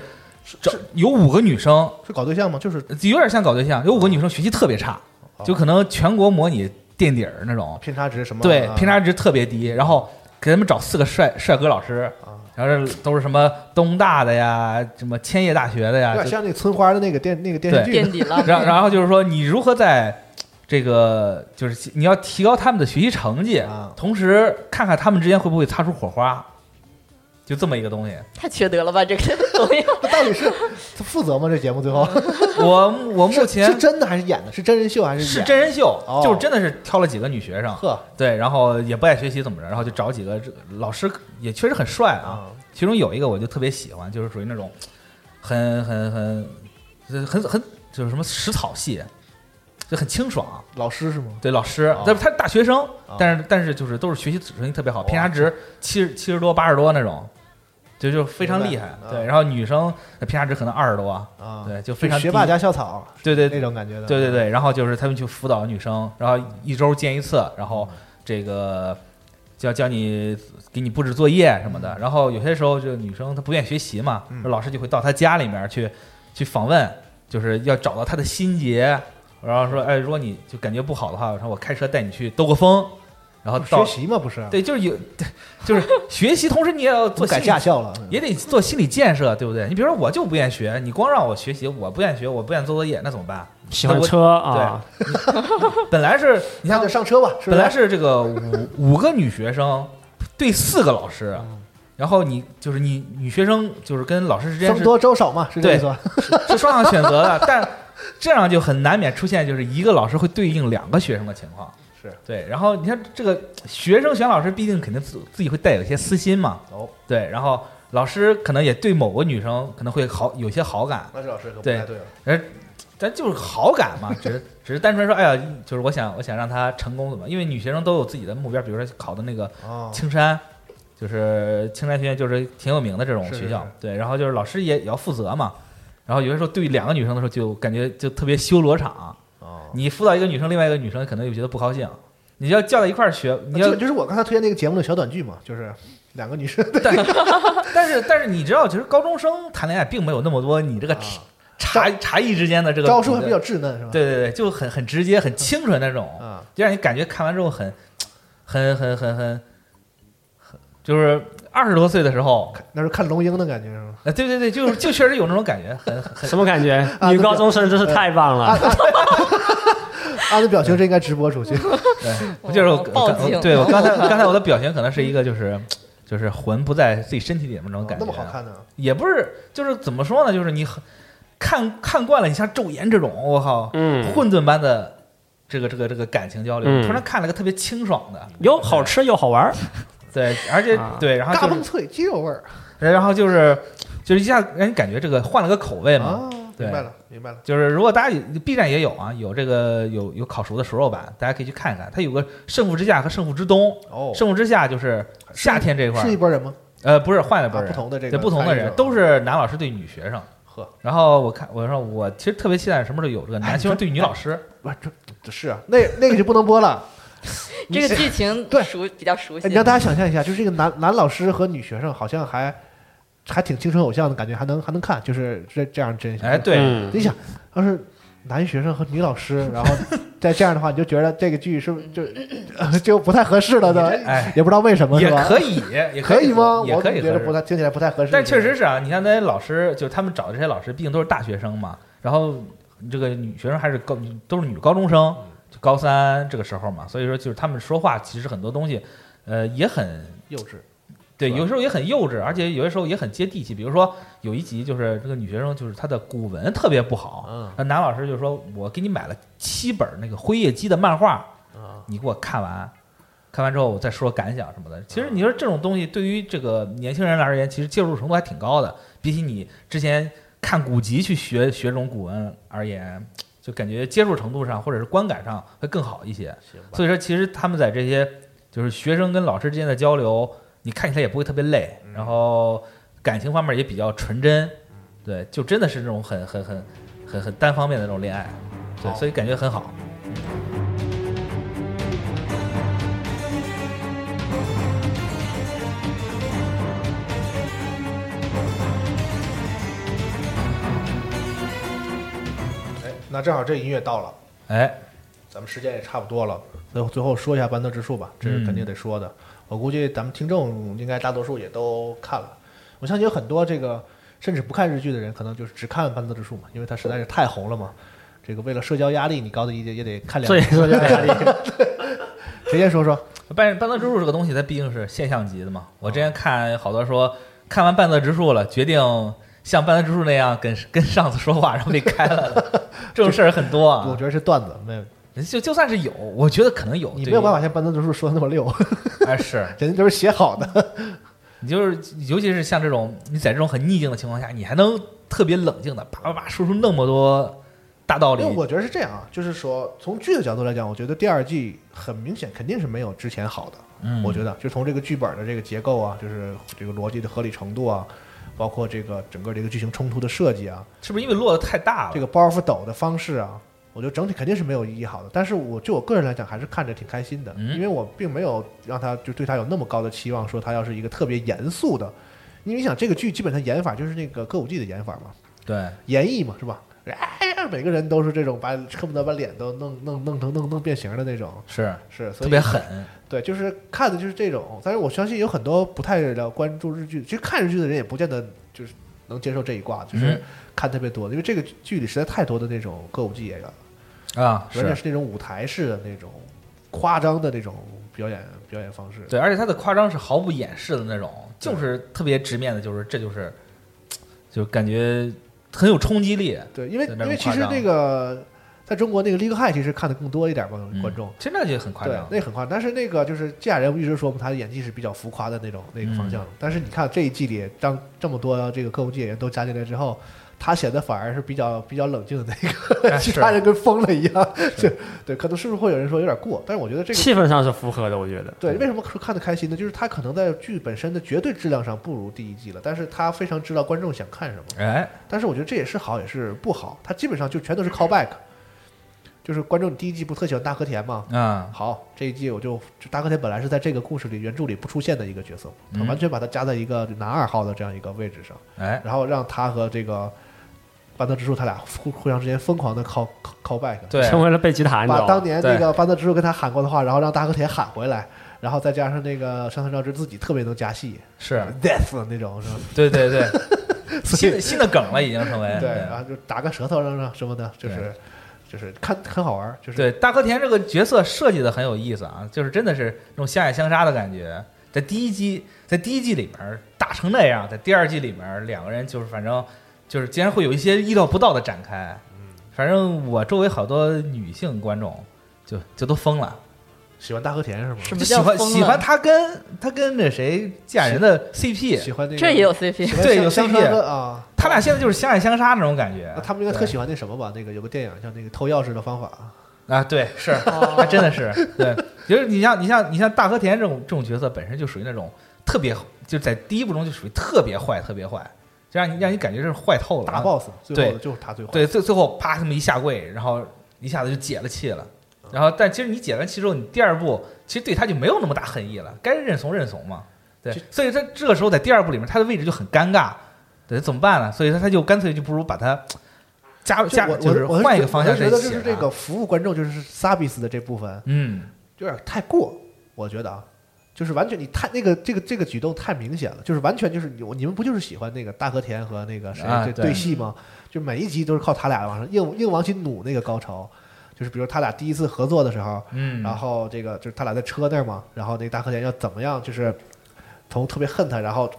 F: 找有五个女生，
C: 是搞对象吗？就是
F: 有点像搞对象，有五个女生学习特别差，就可能全国模拟垫底儿那种，
C: 偏差值什么？
F: 对
C: 啊，
F: 偏差值特别低，然后。给他们找四个帅帅哥老师，然后这都是什么东大的呀，什么千叶大学的呀，
C: 有
F: 啊就
C: 点像那个村花的那个电那个电视
E: 垫
C: 剧。
E: 底 了。
F: 啊然然后就是说，你如何在这个就是你要提高他们的学习成绩，
C: 啊
F: 同时看看他们之间会不会擦出火花，就这么一个东西。
E: 太缺德了吧，这个综艺。
C: 那到底是他负责吗？这节目最后
F: 我我 目
C: 是
F: 前
C: 真的还是演的？是真人秀还是
F: 是
C: 演
F: 真人秀
C: 哦，
F: 就是真的是挑了几个女学生，
C: 呵
F: 对，然后也不爱学习怎么着，然后就找几个这个老师也确实很帅啊，
C: 啊？
F: 其中有一个我就特别喜欢，就是属于那种很很很很很就是什么食草系，就很清爽。
C: 老师是吗？
F: 对老师
C: 哦，
F: 但是他是大学生，但是但是就是都是学习成绩特别好，偏差值七十七十多八十多那种，就就非常厉害
C: 明白。
F: 对，
C: 啊
F: 然后女生的偏差值可能二十多，
C: 啊，
F: 对，就非常
C: 是学霸
F: 低
C: 加校草
F: 对对
C: 那
F: 对
C: 种感觉的。啊
F: 对对，然后就是他们去辅导女生，然后一周见一次，然
C: 嗯
F: 后这个教教你给你布置作业什么
C: 嗯
F: 的，然后有些时候就女生她不愿意学习嘛，老师就会到她家里面去去访问，就是要找到她的心结，然后说，哎，如果你就感觉不好的话，然后我开车带你去兜个风，然后
C: 学
F: 到
C: 习嘛不是？，
F: 对，就是有， 对就是学习，同时你也要做
C: 改
F: 心理
C: 驾校了。
F: 也得做心理建设，对不对？你比如说，我就不愿意学，你光让我学习，我不愿意学，我不愿意做作业，那怎么办？
D: 喜欢车啊，
F: 本来是你
C: 那
F: 像
C: 就上车吧。是吧
F: 本来是这个五五个女学生对四个老师，啊然后你就是你女学生就是跟老师之间
C: 僧
F: 是
C: 多粥少嘛，是这意思 吧？
F: 是双向选择的，但这样就很难免出现就是一个老师会对应两个学生的情况。
C: 是
F: 对，然后你看这个学生选老师，必定肯定自自己会带有一些私心嘛。
C: 哦，
F: 对，然后老师可能也对某个女生可能会好有些好感，
C: 那这老师可不
F: 对
C: 太对了。
F: 而咱就是好感嘛，只是只是单纯说，哎呀，就是我想我想让她成功怎么？因为女学生都有自己的目标，比如说考的那个
C: 哦，
F: 青山，就是青山学院就是挺有名的这种
C: 是是
F: 学校，
C: 是
F: 对，然后就是老师也也要负责嘛。然后有些时候对两个女生的时候，就感觉就特别修罗场。
C: 哦，
F: 你辅导一个女生，另外一个女生可能又觉得不高兴。你要叫到一块儿学，你
C: 那这
F: 要
C: 个就是我刚才推荐那个节目的小短剧嘛，就是两个女生
F: 但是但是你知道，其实高中生谈恋爱并没有那么多 你这个
C: 啊
F: 茶茶艺之间的这个
C: 招数还比较稚嫩，是吧？
F: 对对对，就很很直接、很清纯那种，
C: 啊，
F: 就让你感觉看完之后很很很很很很，就是二十多岁的时候，
C: 那是看龙樱的感觉是吗？
F: 呃，对对对，就是就确实有那种感觉，很很
D: 什么感觉？
C: 啊
D: 女高中生真是太棒了！
C: 啊，那表情真应该直播出去。
F: 对，我就是我
E: 哦报
F: 我
E: 警
F: 对我刚才刚才我的表情可能是一个就是就是魂不在自己身体里面那种感
C: 那
F: 觉，啊
C: 么好看呢？
F: 也不是就是怎么说呢，就是你很看看惯了，你像昼颜这种，我靠，
D: 嗯，
F: 混沌般的。这个这个这个感情交流，
D: 嗯
F: 突然看了个特别清爽的，
D: 又好吃又好玩儿，
F: 对，而且、
D: 啊
F: 对，然后
C: 嘎
F: 就是
C: 嘣脆，鸡肉味儿
F: 然后就是就是一下让你感觉这个换了个口味嘛。
C: 啊！
F: 对
C: 明白了，明白了。
F: 就是如果大家有 B 站也有啊，有这个有有烤熟的熟肉版，大家可以去看一看。它有个胜负之夏和胜负之冬，
C: 哦，
F: 胜负之夏就是夏天这一块
C: 是一
F: 儿，
C: 拨人吗？
F: 呃，不是换了
C: 啊，
F: 波人，
C: 不同的这
F: 对
C: 个
F: 不同的
C: 参与
F: 人
C: 者
F: 都是男老师对女学生。
C: 呵，
F: 然后我看我说我其实特别期待什么时候有这个男学生对女老师，
C: 不是这这是啊，那那个就不能播 了。
E: 这个剧情
C: 对
E: 熟比较熟悉
C: 哎，你让大家想象一下，就是这个男男老师和女学生好像还还挺青春偶像的感觉，还能还能看，就是这这样真
F: 哎，对，
D: 嗯
C: 你想，要是男学生和女老师，然后再这样的话，你就觉得这个剧是不是就 就不太合适了呢？
F: 哎，
C: 也不知道为什么，
F: 也
C: 是吧？
F: 可以，也
C: 可以吗？
F: 也
C: 我
F: 可
C: 怎么
F: 以合
C: 觉得
F: 适
C: 不太听起来不太合适。
F: 但确实是啊，你看那些老师，就是他们找的这些老师，毕竟都是大学生嘛，然后这个女学生还是高，都是女高中生，就高三这个时候嘛，所以说就是他们说话其实很多东西，呃，也很
C: 幼稚，
F: 对，
C: 是吧
F: 有时候也很幼稚，而且有些时候也很接地气。比如说有一集就是这个女学生就是她的古文特别不好，
C: 嗯
F: 那男老师就说：“我给你买了七本那个辉夜姬的漫画，
C: 啊，
F: 你给我看完，看完之后我再说感想什
C: 嗯
F: 么的。其实你说这种东西对于这个年轻人而言，其实接受程度还挺高的，比起你之前看古籍去学学这种古文而言，就感觉接受程度上或者是观感上会更好一些。
C: 行吧。
F: 所以说，其实他们在这些就是学生跟老师之间的交流，你看起来也不会特别累，
C: 嗯
F: 然后感情方面也比较纯真，对，就真的是这种很很很很很单方面的那种恋爱，对，所以感觉很好。
C: 哎，那正好这音乐到了，
F: 哎，
C: 咱们时间也差不多了，最后最后说一下班德之术吧，这是
F: 嗯
C: 肯定得说的。我估计咱们听众应该大多数也都看了，我相信有很多这个甚至不看日剧的人，可能就是只看班德之术嘛，因为它实在是太红了嘛。这个为了社交压力，你高的也得也得看两
D: 这也
C: 遍。
D: 是有点压力。
C: 谁先说说？
F: 半半泽直树这个东西，它毕竟是现象级的嘛。我
C: 哦
F: 之前看好多说，看完半泽直树了，决定像半泽直树那样跟跟上司说话，然后被开了的， 这种事儿很多
C: 我
F: 啊。
C: 觉得是段子，没有
F: 就就算是有，我觉得可能有，
C: 你
F: 对
C: 没有
F: 于
C: 办法像班德之术说的那么溜，
F: 哎，是
C: 人家都是写好的。
F: 你就是，尤其是像这种你在这种很逆境的情况下，你还能特别冷静的叭叭叭说出那么多大道理
C: 因为。我觉得是这样啊，就是说从剧的角度来讲，我觉得第二季很明显肯定是没有之前好的。
F: 嗯，
C: 我觉得，就从这个剧本的这个结构啊，就是这个逻辑的合理程度啊，包括这个整个这个剧情冲突的设计啊，
F: 是不是因为落的太大了？
C: 这个包袱抖的方式啊，我觉得整体肯定是没有一好的。但是我就我个人来讲，还是看着挺开心的，
F: 嗯
C: 因为我并没有让他就对他有那么高的期望，说他要是一个特别严肃的。因为你想，这个剧基本上演法就是那个歌舞伎的演法嘛，
F: 对，
C: 演绎嘛，是吧？哎呀，每个人都是这种把恨不得把脸都弄弄弄成弄弄变形的那种，
F: 是
C: 是所
F: 特
C: 以
F: 别狠。
C: 对，就是看的就是这种，但是我相信有很多不太了关注日剧，其实看日剧的人也不见得就是能接受这一挂，就是
F: 嗯
C: 看特别多的，因为这个剧里实在太多的那种歌舞伎演员了，
F: 啊，
C: 关键
F: 是
C: 是那种舞台式的那种夸张的那种表演表演方式。
F: 对，而且他的夸张是毫不掩饰的那种，就是特别直面的，就是这就是，就是感觉很有冲击力。
C: 对，因为
F: 对那
C: 因为其
F: 种夸
C: 实
F: 张
C: 那个在中国那个《League High》其实看的更多一点嘛，
F: 嗯
C: 观众。
F: 其实那就很夸
C: 对
F: 张，。
C: 那很夸张。但是那个就是这俩人，我一直说嘛，他的演技是比较浮夸的那种那个方
F: 嗯
C: 向。但是你看这一季里，当这么多这个歌舞伎演员都加进来之后，他显得反而是比较比较冷静的那个，
F: 哎
C: 其他人跟疯了一样。 就对，可能是不是会有人说有点过？但是我觉得这个
D: 气氛上是符合的，我觉得。
C: 对，为什么说看得开心呢？就是他可能在剧本身的绝对质量上不如第一季了，但是他非常知道观众想看什么。
F: 哎，
C: 但是我觉得这也是好，也是不好。他基本上就全都是 callback，就是观众第一季不特喜欢大和田嘛，
F: 啊，
C: 好，这一季我就就大哥田本来是在这个故事里原著里不出现的一个角色，他
F: 嗯
C: 完全把他加在一个男二号的这样一个位置上，
F: 哎，
C: 然后让他和这个班德直树他俩互互相之间疯狂的 call call back，
F: 对，
D: 成为了贝吉塔，你知
C: 把
D: 道
C: 当
D: 吗？
C: 年那个班德直树跟他喊过的话，然后让大和田喊回来，然后再加上那个山村照之自己特别能加戏
F: 是，
C: ，death 那种是吧？
F: 对对对，
C: 所
F: 新的
C: 以
F: 新的梗了，已经成为
C: 对，啊然后就打个舌头让让什么的，就是就是看很好玩儿，就是
F: 对，大和田这个角色设计的很有意思啊，就是真的是那种相爱相杀的感觉。在第一季，在第一季里面打成那样，在第二季里面两个人就是反正就是竟然会有一些意料不到的展开。反正我周围好多女性观众就就都疯了，
C: 喜欢大和田是吗？
E: 什么
F: 就喜
E: 叫
F: 欢
E: 疯
F: 喜
E: 了
F: 欢他跟他跟那谁嫁人的 CP，
C: 喜欢那个
E: 这也有 CP，
C: 喜欢
F: 对
C: 香
F: 有
C: 香
F: CP
C: 川哥啊。
F: 他俩现在就是相爱相杀那种感觉
C: 那。啊他们应该特
F: 哎对
C: 喜欢那什么吧？那个有个电影叫那个偷钥匙的方法，
F: 啊，对，是，他真的是，对，就是你像你像你像大和田这种这种角色，本身就属于那种特别，就在第一部中就属于特别坏，特别坏，就让你让你感觉是坏透了。
C: 大 boss 最后
F: 对
C: 的就是他最坏。
F: 对，最最后啪这么一下跪，然后一下子就解了气了。
C: 嗯
F: 然后，但其实你解完气之后，你第二部其实对他就没有那么大恨意了，该认怂认怂嘛。对
C: 其，
F: 所以他这个时候在第二部里面，他的位置就很尴尬，对，怎么办啊呢？所以他他就干脆就不如把他加
C: 就
F: 加，
C: 我
F: 就是
C: 我我
F: 换一个方向
C: 我是
F: 再
C: 觉
F: 写
C: 得
F: 啊了。
C: 就是这个服务观众就是 service 的这部分
F: 嗯，
C: 有点太过，我觉得啊，就是完全你太那个这个这个举动太明显了，就是完全就是你你们不就是喜欢那个大和田和那个谁
F: 啊
C: 这
F: 对
C: 对戏吗？就每一集都是靠他俩往上硬硬往起努那个高潮，就是比如他俩第一次合作的时候，
F: 嗯
C: 然后这个就是他俩在车那儿嘛，然后那个大和田要怎么样，就是从特别恨他，然后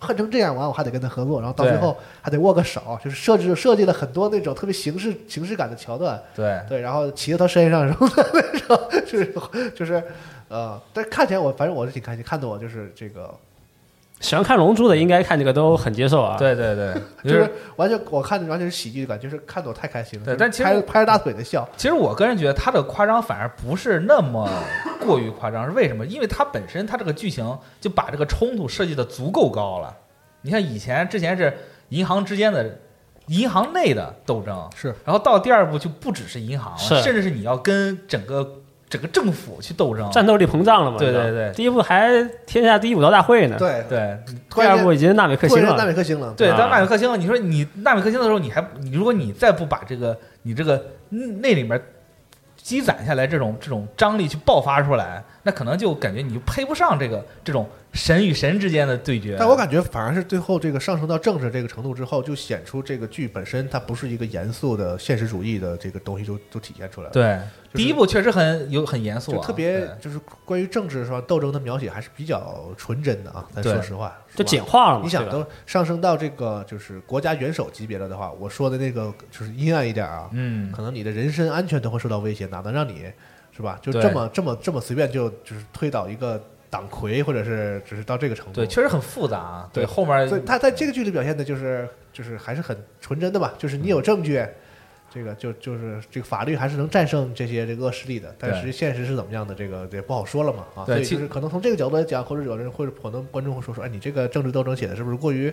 C: 恨成这样，完我还得跟他合作，然后到
F: 对
C: 最后还得握个手，就是设置设计了很多那种特别形式形式感的桥段，
F: 对，
C: 对，然后骑到他身上什么的那种，就是就是呃，但看起来我反正我是挺开心，看得我就是这个
D: 喜欢看《龙珠》的应该看这个都很接受啊。，
F: 对对对，
C: 就
F: 就
C: 是是完全我看的完全是喜剧感，就是看得我太开心了，
F: 对
C: 就是
F: 但其实
C: 拍拍着大腿的笑，
F: 其实我个人觉得他的夸张反而不是那么过于夸张，是为什么？因为他本身他这个剧情就把这个冲突设计的足够高了。你像以前之前是银行之间的。银行内的斗争
C: 是，
F: 然后到第二步就不只是银行了，
D: 是
F: 甚至是你要跟整个整个政府去斗
C: 啊
F: 争。
D: 战斗力膨胀了嘛？
F: 对
D: 你知道吗
F: 对对
D: 第一部还天下第一武道大会呢，，
C: 对，
F: 对
C: 突
D: 第
C: 然
D: 二
C: 间
D: 部已经纳米克
C: 突
D: 星
C: 然间纳
D: 了。
C: 米克星了，
F: 对，
D: 啊
F: 当纳米克星，你说你纳米克星的时候，你还你如果你再不把这个你这个嗯那里面积攒下来这种这种张力去爆发出来，那可能就感觉你就配不上这个这种神与神之间的对啊决。
C: 但我感觉反而是最后这个上升到政治这个程度之后，就显出这个剧本身它不是一个严肃的现实主义的这个东西就，就体现出来了。，
F: 对、
C: 就是
F: 第一部确实很有很严肃、
C: 就
F: 啊，
C: 特别
F: 对
C: 就是关于政治上斗争的描写还是比较纯真的啊。咱
F: 对
C: 说实话，
D: 就是
C: 吧
D: 简化了嘛？
C: 你想
D: 对吧
C: 都上升到这个就是国家元首级别了的话，我说的那个就是阴暗一点啊，
F: 嗯，
C: 可能你的人身安全都会受到威胁，哪能让你是吧？就
F: 对
C: 这么这么这么随便就就是推倒一个党魁，或者是只是到这个程度？
F: 对，确实很复杂啊。对，
C: 对
F: 后面
C: 所以他在这个剧里表现的就是就是还是很纯真的吧，就是你有证据，这个就就是这个法律还是能战胜这些这个恶势力的，但
F: 对
C: 是现实是怎么样的，这个也不好说了嘛啊，
F: 对
C: 所以
F: 其
C: 就是可能从这个角度来讲，或者有人或者可能观众会说说，哎，你这个政治斗争写的是不是过于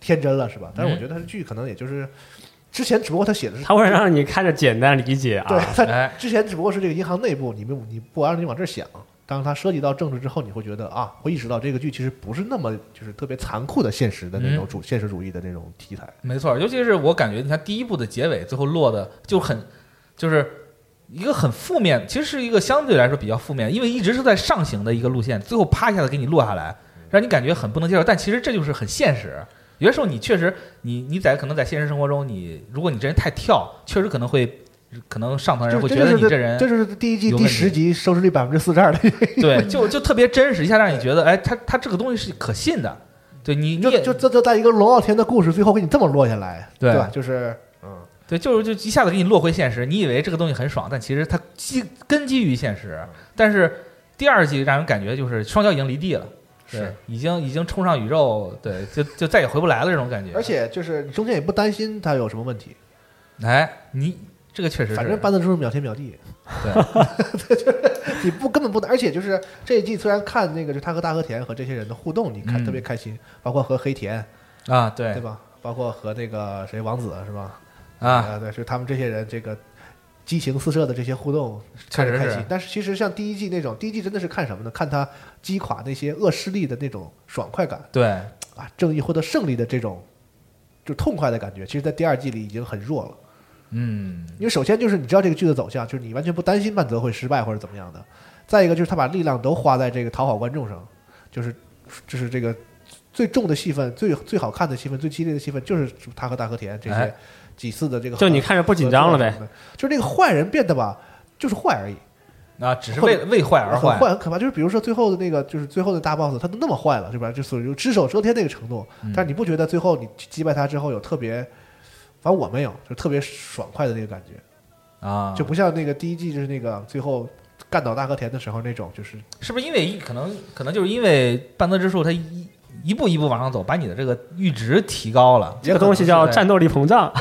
C: 天真了，是吧？但是我
F: 嗯
C: 觉得他的剧可能也就是之前只不过他写的是
D: 它会让你看着简单理解
C: 对
D: 啊。
C: 他
F: 哎，
C: 之前只不过是这个银行内部，你们你不按你往这儿想。当它涉及到政治之后，你会觉得啊，会意识到这个剧其实不是那么就是特别残酷的现实的那种
F: 嗯
C: 主、现实主义的那种题材。
F: 没错，尤其是我感觉，你看第一部的结尾，最后落的就很，就是一个很负面，其实是一个相对来说比较负面，因为一直是在上行的一个路线，最后啪一下子给你落下来，让你感觉很不能接受。但其实这就是很现实，有的时候你确实，你你在可能在现实生活中你，如果你这人太跳，确实可能会，可能上层人哎会觉得你
C: 这
F: 人
C: 这就是第一季
F: 有
C: 第
F: 问题
C: 十集收视率百分之四十二的，
F: 对，就就特别真实，一下让你觉得，哎，他他这个东西是可信的，对你 你
C: 就
F: 也
C: 就这就在一个龙傲天的故事，最后给你这么落下来，
F: 对
C: 吧？就是嗯，
F: 对，就是就一下子给你落回现实。你以为这个东西很爽，但其实它基根基于现实。
C: 嗯
F: 但是第二季让人感觉就是双脚已经离地了，对
C: 是，
F: 已经已经冲上宇宙，对，就就再也回不来了这种感觉。
C: 而，且就是你中间也不担心它有什么问题，
F: 哎，你这个确实是，
C: 反正搬的都是秒天秒地。
F: 对
C: 就是 你不根本不能，而且就是这一季虽然看那个就是他和大和田和这些人的互动，你看
F: 嗯
C: 特别开心，包括和黑田
F: 啊，对
C: 对吧？包括和那个谁王子是吧？
F: 啊，
C: 对，是他们这些人这个激情四射的这些互动，
F: 确实
C: 看着开
F: 是
C: 心。但是其实像第一季那种，第一季真的是看什么呢？看他击垮那些恶势力的那种爽快感
F: 对，
C: 啊，正义获得胜利的这种就痛快的感觉。其实，在第二季里已经很弱了。
F: 嗯，
C: 因为首先就是你知道这个剧的走向，就是你完全不担心曼泽会失败或者怎么样的。再一个就是他把力量都花在这个讨好观众上，就是就是这个最重的戏份、最最好看的戏份、最激烈的戏份，就是他和大和田这些
F: 哎
C: 几次的这个合。
D: 就你看着不紧张了呗
C: 合作什么的？就是那个坏人变得吧，就是坏而已，
F: 啊，只是为为坏而
C: 很
F: 坏，
C: 坏很可怕。就是比如说最后的那个，就是最后的大 boss，他都那么坏了，对吧？就所以就只手遮天那个程度，
D: 嗯
C: 但是你不觉得最后你击败他之后有特别，反正我没有，就特别爽快的那个感觉。
F: 啊，
C: 就不像那个第一季就是那个最后干倒大和田的时候那种，就是
F: 是不是因为一可能可能就是因为半泽之术它一一步一步往上走，把你的这个阈值提高了，
D: 这个东西叫
F: 对
D: 战斗力膨胀。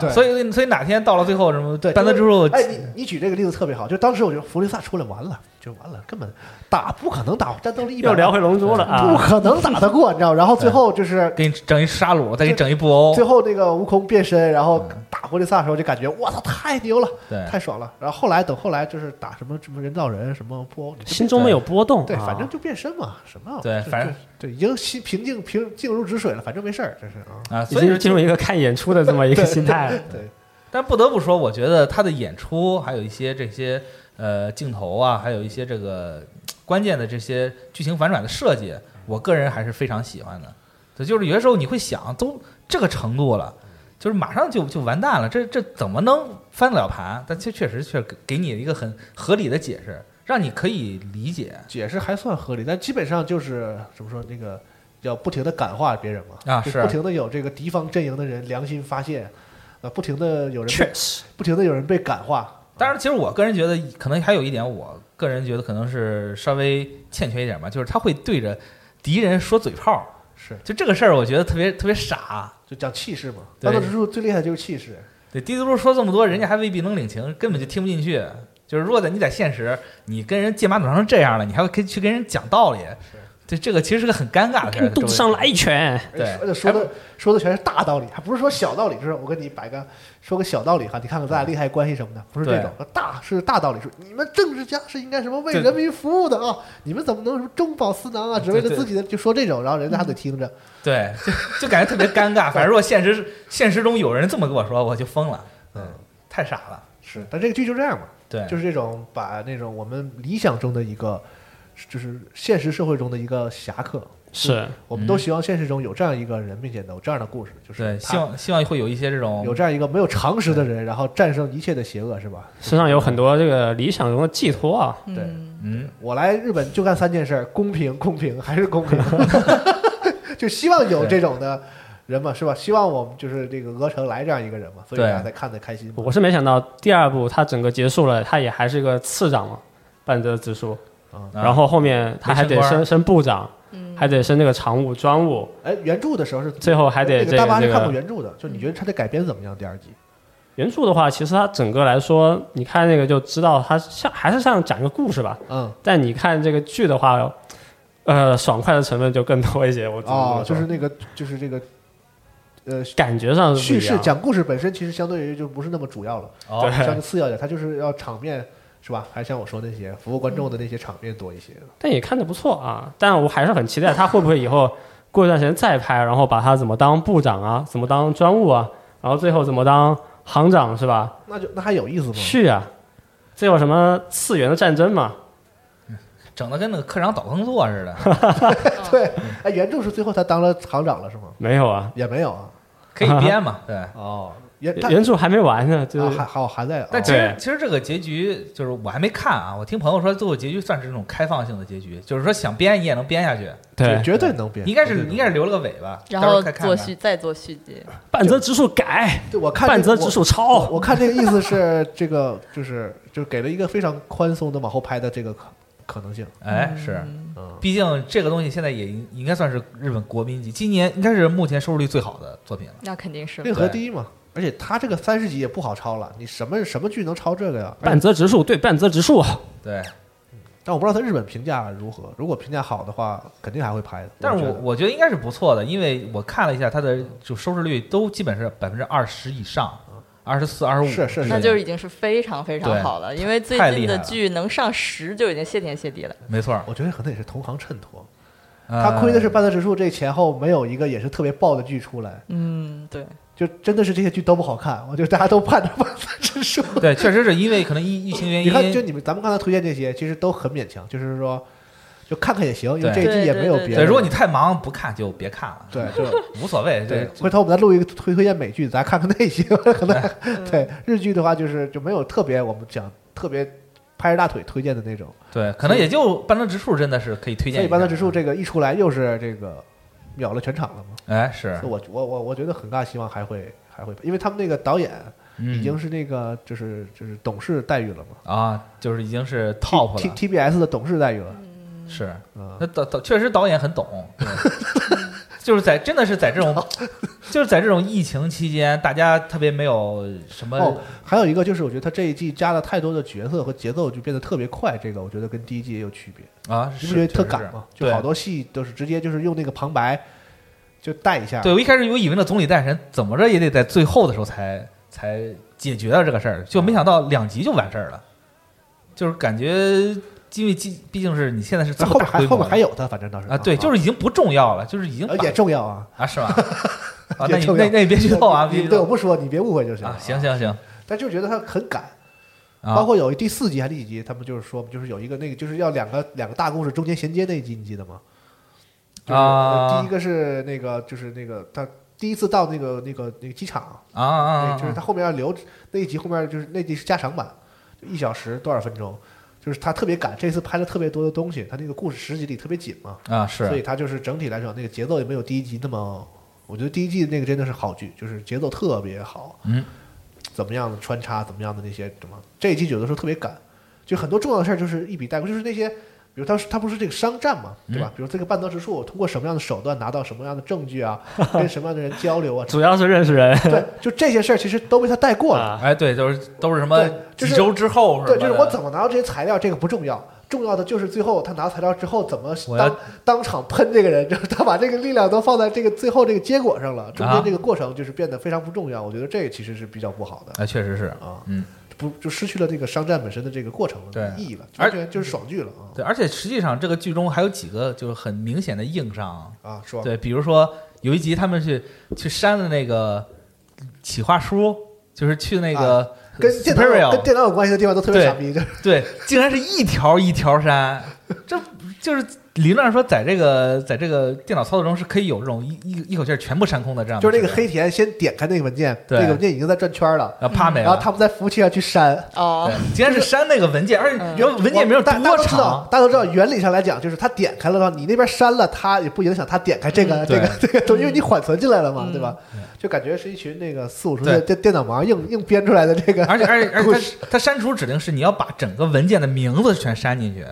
C: 对
F: 所以所以哪天到了最后什么
C: 对
F: 半泽之术，
C: 哎，你你举这个例子特别好，就当时我觉得弗利萨出来完了，就完了，根本打不可能打战斗力一百
D: 又
C: 万，
D: 聊回龙珠了
C: 不
D: 啊！
C: 可能打得过，你知道？然后最后 就是
F: 给你整一沙鲁，再给你整一布
D: 哦
F: 欧
C: 最，后那个悟空变身，然后打弗利萨的时候就感觉我操太牛了，
F: 对
C: 太爽了。然后后来等后来就是打什么什么人造人什么 布欧，你就
D: 心中没有波动，
C: 对，
D: 啊
C: 反正就变身嘛，什么啊
F: 对
C: 就
F: 反正
C: 就对已经心平静平进入止水了，反正没事儿，这是啊，
F: 啊，
D: 已
F: 所以
D: 经
F: 说
D: 进入一个看演出的这么一个心态了。
C: 对，
F: 但不得不说，我觉得他的演出，还有一些这些呃镜头啊，还有一些这个嘖关键的这些剧情反转的设计，我个人还是非常喜欢的。对，就是有些时候你会想，都这个程度了，就是马上就就完蛋了，这这怎么能翻得了盘？但这确实确实给给你一个很合理的解释，让你可以理解
C: 解释还算合理，但基本上就是怎么说那个要不停的感化别人嘛，
F: 啊
C: 就是不停的有这个敌方阵营的人良心发现，啊，不停的有人被
D: 确实，
C: 不停的有人被感化，
F: 当然，其实我个人觉得，可能还有一点，我个人觉得可能是稍微欠缺一点吧，就是他会对着敌人说嘴炮。
C: 是
F: 就这个事儿，我觉得特别特别傻。
C: 就讲气势嘛。
F: 对
C: 半泽直树最厉害就是气势，
F: 对，低嘟噜说这么多，人家还未必能领情，根本就听不进去。就是如果在你在现实，你跟人借马桶成这样了，你还会跟去跟人讲道理，对这个其实是个很尴尬的事
D: 跟
F: 儿。
D: 肚子上来一拳，
C: 而且
F: 对
C: 而且说的说的全是大道理，还不是说小道理，就是我跟你摆个说个小道理哈，你看看咱俩利害关系什么的，不是这种大是大道理，说你们政治家是应该什么为
F: 对
C: 人民服务的啊，你们怎么能什么中饱私囊啊，只为了
F: 对对嗯
C: 自己的就说这种，然后人家还得听着。
F: 对，就就感觉特别尴 尬。反正如果现实现实中有人这么跟我说，我就疯了。
C: 嗯，
F: 太傻了。
C: 是，但这个剧就这样嘛，
F: 对，
C: 就是这种把那种我们理想中的一个，就是现实社会中的一个侠客，
D: 是
C: 我们都希望现实中有这样一个人，并且有这样的故事，就是
F: 对，
C: 他
F: 希望希望会有一些这种
C: 有这样一个没有常识的人，然后战胜一切的邪恶，是吧？
D: 身上有很多这个理想中的寄托啊。
C: 对
F: 嗯，
C: 我来日本就干三件事儿：公平、公平还是公 平， 就希望有这种的。人嘛，是吧？希望我们就是这个鹅城来这样一个人嘛，所以
F: 对
C: 大家才看得开心嘛。
D: 我是没想到第二部它整个结束了，它也还是个次长嘛，半泽直树。
F: 啊
D: 然后后面他还
F: 没
D: 得
F: 升官
D: 升升部长，还得升那个常务、专务，
C: 哎，原著的时候是
D: 最后还
C: 那
D: 得这
C: 个大巴
D: 个这
C: 是看过
D: 个
C: 原著的，就你觉得它的改编怎么样？第二季
D: 原著的话，其实它整个来说，你看那个就知道它像还是像讲一个故事吧。
C: 嗯，
D: 但你看这个剧的话，呃，爽快的成分就更多一些。我只能这么
C: 哦，
D: 说
C: 就是那个，就是这个，呃，
D: 感觉上是不
C: 叙
D: 一
C: 事
D: 样
C: 讲故事本身其实相对于就不是那么主要 了，
F: 哦
C: 相对次要一点，它就是要场面是吧？还像我说那些服务观众的那些场面多一些。
D: 但也看着不错啊。但我还是很期待他会不会以后过一段时间再拍，然后把他怎么当部长啊，怎么当专务啊，然后最后怎么当行长是吧？
C: 那就那还有意
F: 嗯
C: 思吗？
D: 去啊！这有什么次元的战争嘛？
F: 整的跟那个科长倒腾座似的，
C: 对，哎，原著是最后他当了行长了是吗？
D: 没有啊，
C: 也没有啊。
F: 可以编嘛？对，
C: 哦，原但
D: 原著还没完呢，就
C: 啊
D: 是
C: 还还有还在啊，
F: 但其实
D: 对
F: 其实这个结局就是我还没看啊，我听朋友说最后结局算是这种开放性的结局，就是说想编你也能编下去，
D: 对
C: 绝对能编，
F: 应该
C: 绝
F: 是
C: 对能
F: 应该是留了个尾巴，
E: 然
F: 到时
E: 后
F: 候再看
E: 做
F: 看
E: 续再做续集，
D: 半泽直树改，
C: 对我看
D: 半
C: 这
D: 泽
C: 个
D: 直
C: 我
D: 树哦抄，
C: 我看这个意思是这个就是就是给了一个非常宽松的往后拍的这个可可能性，
F: 哎，是，
C: 嗯，
F: 毕竟这个东西现在也应应该算是日本国民级，今年应该是目前收视率最好的作品了。
E: 那肯定是
C: 令和第一嘛。而且他这个三十集也不好抄了，你什么什么剧能抄这个呀？而且
D: 半泽直树对半泽直树，
F: 对，
C: 但我不知道他日本评价如何，如果评价好的话，肯定还会拍的。
F: 但是
C: 我觉
F: 我
C: 得
F: 我觉得应该是不错的，因为我看了一下它的就收视率都基本是百分之二十以上，二十四、二十五，
C: 是是是
E: 那就是已经是非常非常好了，因为最
F: 太厉
E: 近
F: 害
E: 的
F: 了
E: 剧能上十就已经谢天谢地了。
F: 没错儿。
C: 我觉得可能也是同行衬托，
F: 呃
C: 他亏的是半泽直树这前后没有一个也是特别爆的剧出来，
E: 嗯，对，
C: 就真的是这些剧都不好看，我觉得大家都盼着半泽直树。
F: 对，确实是因为可能疫疫情原
C: 你看，就
F: 因。
C: 你们咱们刚才推荐这些，其实都很勉强，就是说，就看看也行，因为
F: 对
C: 这一季也没有别
F: 对，
C: 的。
F: 如果你太忙不看就别看了，
C: 对就
F: 无所谓。
C: 对，
F: 这
C: 回头我们再录一个推推荐美剧，咱看看那些 可能对日剧的话，就是就没有特别我们讲特别拍着大腿推荐的那种。
F: 对，可能也就《半泽直树》真的是可以推
C: 所
F: 荐一
C: 以
F: 下。
C: 半泽直树这个一出来又是这个秒了全场了嘛，
F: 哎是
C: 所以我我我我觉得很大希望还会还会，因为他们那个导演
F: 嗯
C: 已经是那个就是就是董事待遇了嘛
F: 啊，就是已经是 top
C: T
F: 了，
C: T B S 的董事待遇了，
F: 是
C: 嗯
F: 那导导确实导演很懂，对就是在真的是在这种， 就是在这种疫情期间，大家特别没有什么、
C: 哦，还有一个就是，我觉得他这一季加了太多的角色和节奏，就变得特别快。这个我觉得跟第一季也有区别，
F: 啊，
C: 你
F: 是
C: 不觉得
F: 确
C: 特
F: 实是
C: 赶吗？就
F: 对
C: 好多戏都是直接就是用那个旁白就带一下。
F: 对我一开始我以为那总理大神怎么着也得在最后的时候才才解决了这个事儿，就没想
C: 啊
F: 到两集就完事儿了，就是感觉因为毕毕竟是你现在是这
C: 那
F: 么
C: 后面
F: 大
C: 还
F: 规
C: 后
F: 模
C: 面
F: 的
C: 还有他，反正当时
F: 啊，对，就是已经不重要了，就是已经
C: 呃
F: 把
C: 也重要啊。
F: 啊是吧？啊，
C: 也
F: 那你
C: 重要
F: 那那你别剧透啊，
C: 你
F: 别
C: 你
F: 剧
C: 对我
F: 透
C: 不说，你别误会就行
F: 啊，行，行行，
C: 但就觉得他很赶。
F: 啊
C: 包括有第四集还是第几集，他们就是说，就是有一个那个就是要两个两个大故事中间衔接那一集，你记得吗？就是呃
F: 啊
C: 第一个是那个就是那个他第一次到那个那个那个机场，
F: 啊啊啊
C: 对，
F: 啊
C: 就是他后面要留那一集，后面就是那集是加长版，就一小时多少分钟，就是他特别赶，这次拍了特别多的东西，他那个故事十集里特别紧嘛，
F: 啊是，
C: 所以他就是整体来讲那个节奏也没有第一集那么，我觉得第一季那个真的是好剧，就是节奏特别好，
F: 嗯，
C: 怎么样的穿插，怎么样的那些什么，这一季有的时候特别赶，就很多重要的事儿就是一笔带过，就是那些。比如他他不是这个商战嘛，对
F: 嗯
C: 吧？比如这个半泽直树通过什么样的手段拿到什么样的证据 啊，跟什么样的人交流啊，
D: 主要是认识人，
C: 对，就这些事儿其实都被他带过了。
D: 啊
F: 哎，对，都是都是什么
C: 对就
F: 几
C: 是
F: 周之后什么
C: 对，
F: 的
C: 就是我怎么拿到这些材料，这个不重要，重要的就是最后他拿到材料之后怎么
F: 我要
C: 当当场喷这个人，就是他把这个力量都放在这个最后这个结果上了，中
F: 啊
C: 间这个过程就是变得非常不重要。我觉得这个其实是比较不好的
F: 哎，确实是，
C: 啊，
F: 嗯，
C: 不就失去了这个商战本身的这个过程的
F: 对
C: 意义了，
F: 而
C: 完全就是爽剧了啊
F: 对，而且实际上这个剧中还有几个就是很明显的硬伤，
C: 啊，说
F: 对，比如说有一集他们去去删了那个企划书，就是去那个
C: 啊跟电脑有
F: Superior
C: 跟电脑有关系的地方都特别
F: 对
C: 傻逼，就是
F: 对，竟然是一条一条删，这就是理论上说，在这个在这个电脑操作中是可以有这种一一一口气儿全部删空的这样啊的
C: 就
F: 事
C: 是
F: 情，
C: 那个黑田先点开那个文件，
F: 对
C: 那个文件已经在转圈了，
F: 啊，啪没
C: 然后
F: 了，
C: 嗯他们在服务器上去删，
E: 哦，
F: 对竟然是删那个文件，而且
E: 嗯
F: 原文件没有
C: 我大
F: 多
C: 大家都知道
F: 长，，
C: 大家都知道，原理上来讲，就是他点开了的话，你那边删了，他也不影响他点开这个、
F: 嗯
C: 这个这个东西，因为你缓存进来了嘛，
E: 嗯
C: 对吧？就感觉是一群那个四五十
F: 对
C: 岁电电脑盲硬硬编出来的这 个，
F: 而且而且而
C: 故
F: 且
C: 事
F: 它它删除指令是你要把整个文件的名字全删进去，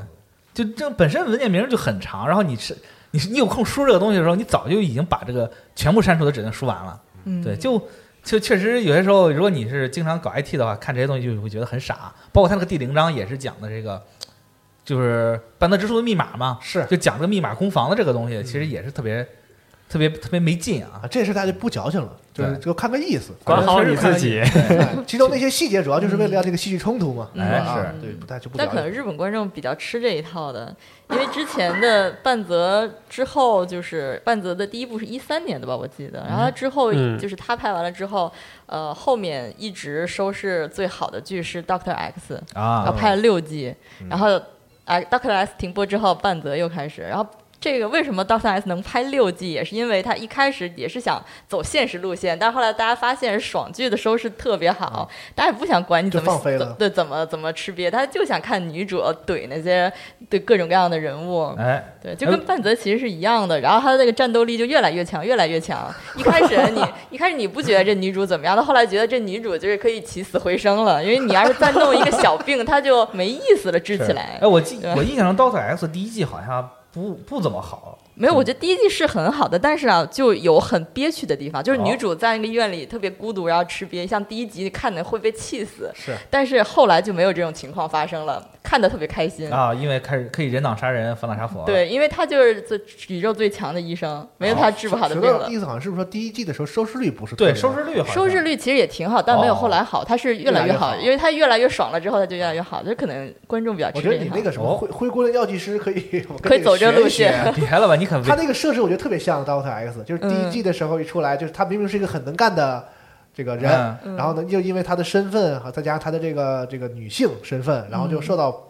F: 就这本身文件名就很长，然后你是你是你有空输这个东西的时候，你早就已经把这个全部删除的指令输完了。
E: 嗯，
F: 对，就就确实有些时候，如果你是经常搞 IT 的话，看这些东西就会觉得很傻。包括它那个第零章也是讲的这个，就是班德之书的密码嘛，
C: 是
F: 就讲这个密码攻防的这个东西，其实也是特别特别特别没劲啊
C: 啊，。这事大家就不矫情了，就是
F: 对
C: 就看个意思。
D: 管好
F: 确实
D: 你
F: 看
D: 自己。
C: 其中那些细节主要就是为了让这个戏剧冲突嘛，
F: 哎
C: 吧啊
F: 是
C: 对，不太就不矫
E: 但可能
C: 情。
E: 日本观众比较吃这一套的，因为之前的半泽之后就是半泽的第一部是一三年的吧，我记得，然后他之后
D: 嗯
E: 就是他拍完了之后，呃，后面一直收视最好的剧是 Doctor X，然后
F: 啊，
E: 哎拍了六季，然后啊 Doctor X 停播之后，半泽又开始，然后。这个为什么 Doctor S 能拍六季，也是因为他一开始也是想走现实路线，但是后来大家发现爽剧的收视特别好，大家也不想管你
C: 就
E: 怎么
C: 放飞了
E: 怎对怎么怎么吃瘪，他就想看女主怼那些对各种各样的人物。
F: 哎，
E: 对，就跟半泽其实是一样的。然后他的这个战斗力就越来越强，越来越强。一开 始你一开始你不觉得这女主怎么样，到后来觉得这女主就是可以起死回生了，因为你要是再弄一个小病， 她就没意思了，治
F: 是
E: 起来
F: 哎，。我记
E: 对
F: 我印象中 DOTA X 第一季好像不不怎么好，
E: 没有，我觉
F: 嗯
E: 得第一季是很好的，但是啊，就有很憋屈的地方，就是
F: 哦
E: 女主在那个医院里特别孤独，然后吃瘪，像第一集看的会被气死。
F: 是，
E: 但是后来就没有这种情况发生了，看的特别开心。
F: 啊，因为开始可以人挡杀人，佛挡杀佛。，
E: 对，因为她就是最宇宙最强的医生，没有她治不好的
C: 觉
E: 病
C: 得
F: 哦
E: 了
C: 意。思好像是不是说第一季的时候收视率不是特
F: 对，
C: 别
F: 收视率好像
E: 收视率其实也挺好，但没有
F: 哦
E: 后来好，它是越来
C: 越来越
E: 好，
C: 好
E: 因为它越来越爽了之后，它就越来越好，这可能观众比较
C: 我
E: 吃
C: 觉得
E: 这
C: 你
E: 一
C: 那
E: 套。
C: 个什
F: 哦
C: 么灰灰姑娘药剂师可以我跟
E: 可以
C: 你
E: 走这
C: 学一
E: 路
C: 学
E: 线
F: 别了吧，你可
C: 他那个设置我觉得特别像 DOTA X，就是
F: 嗯
C: 第一季的时候一出来，就是他明明是一个很能干的这个人，
F: 嗯
C: 然后呢，就因为他的身份和再加上他的这个这个女性身份，然后就受到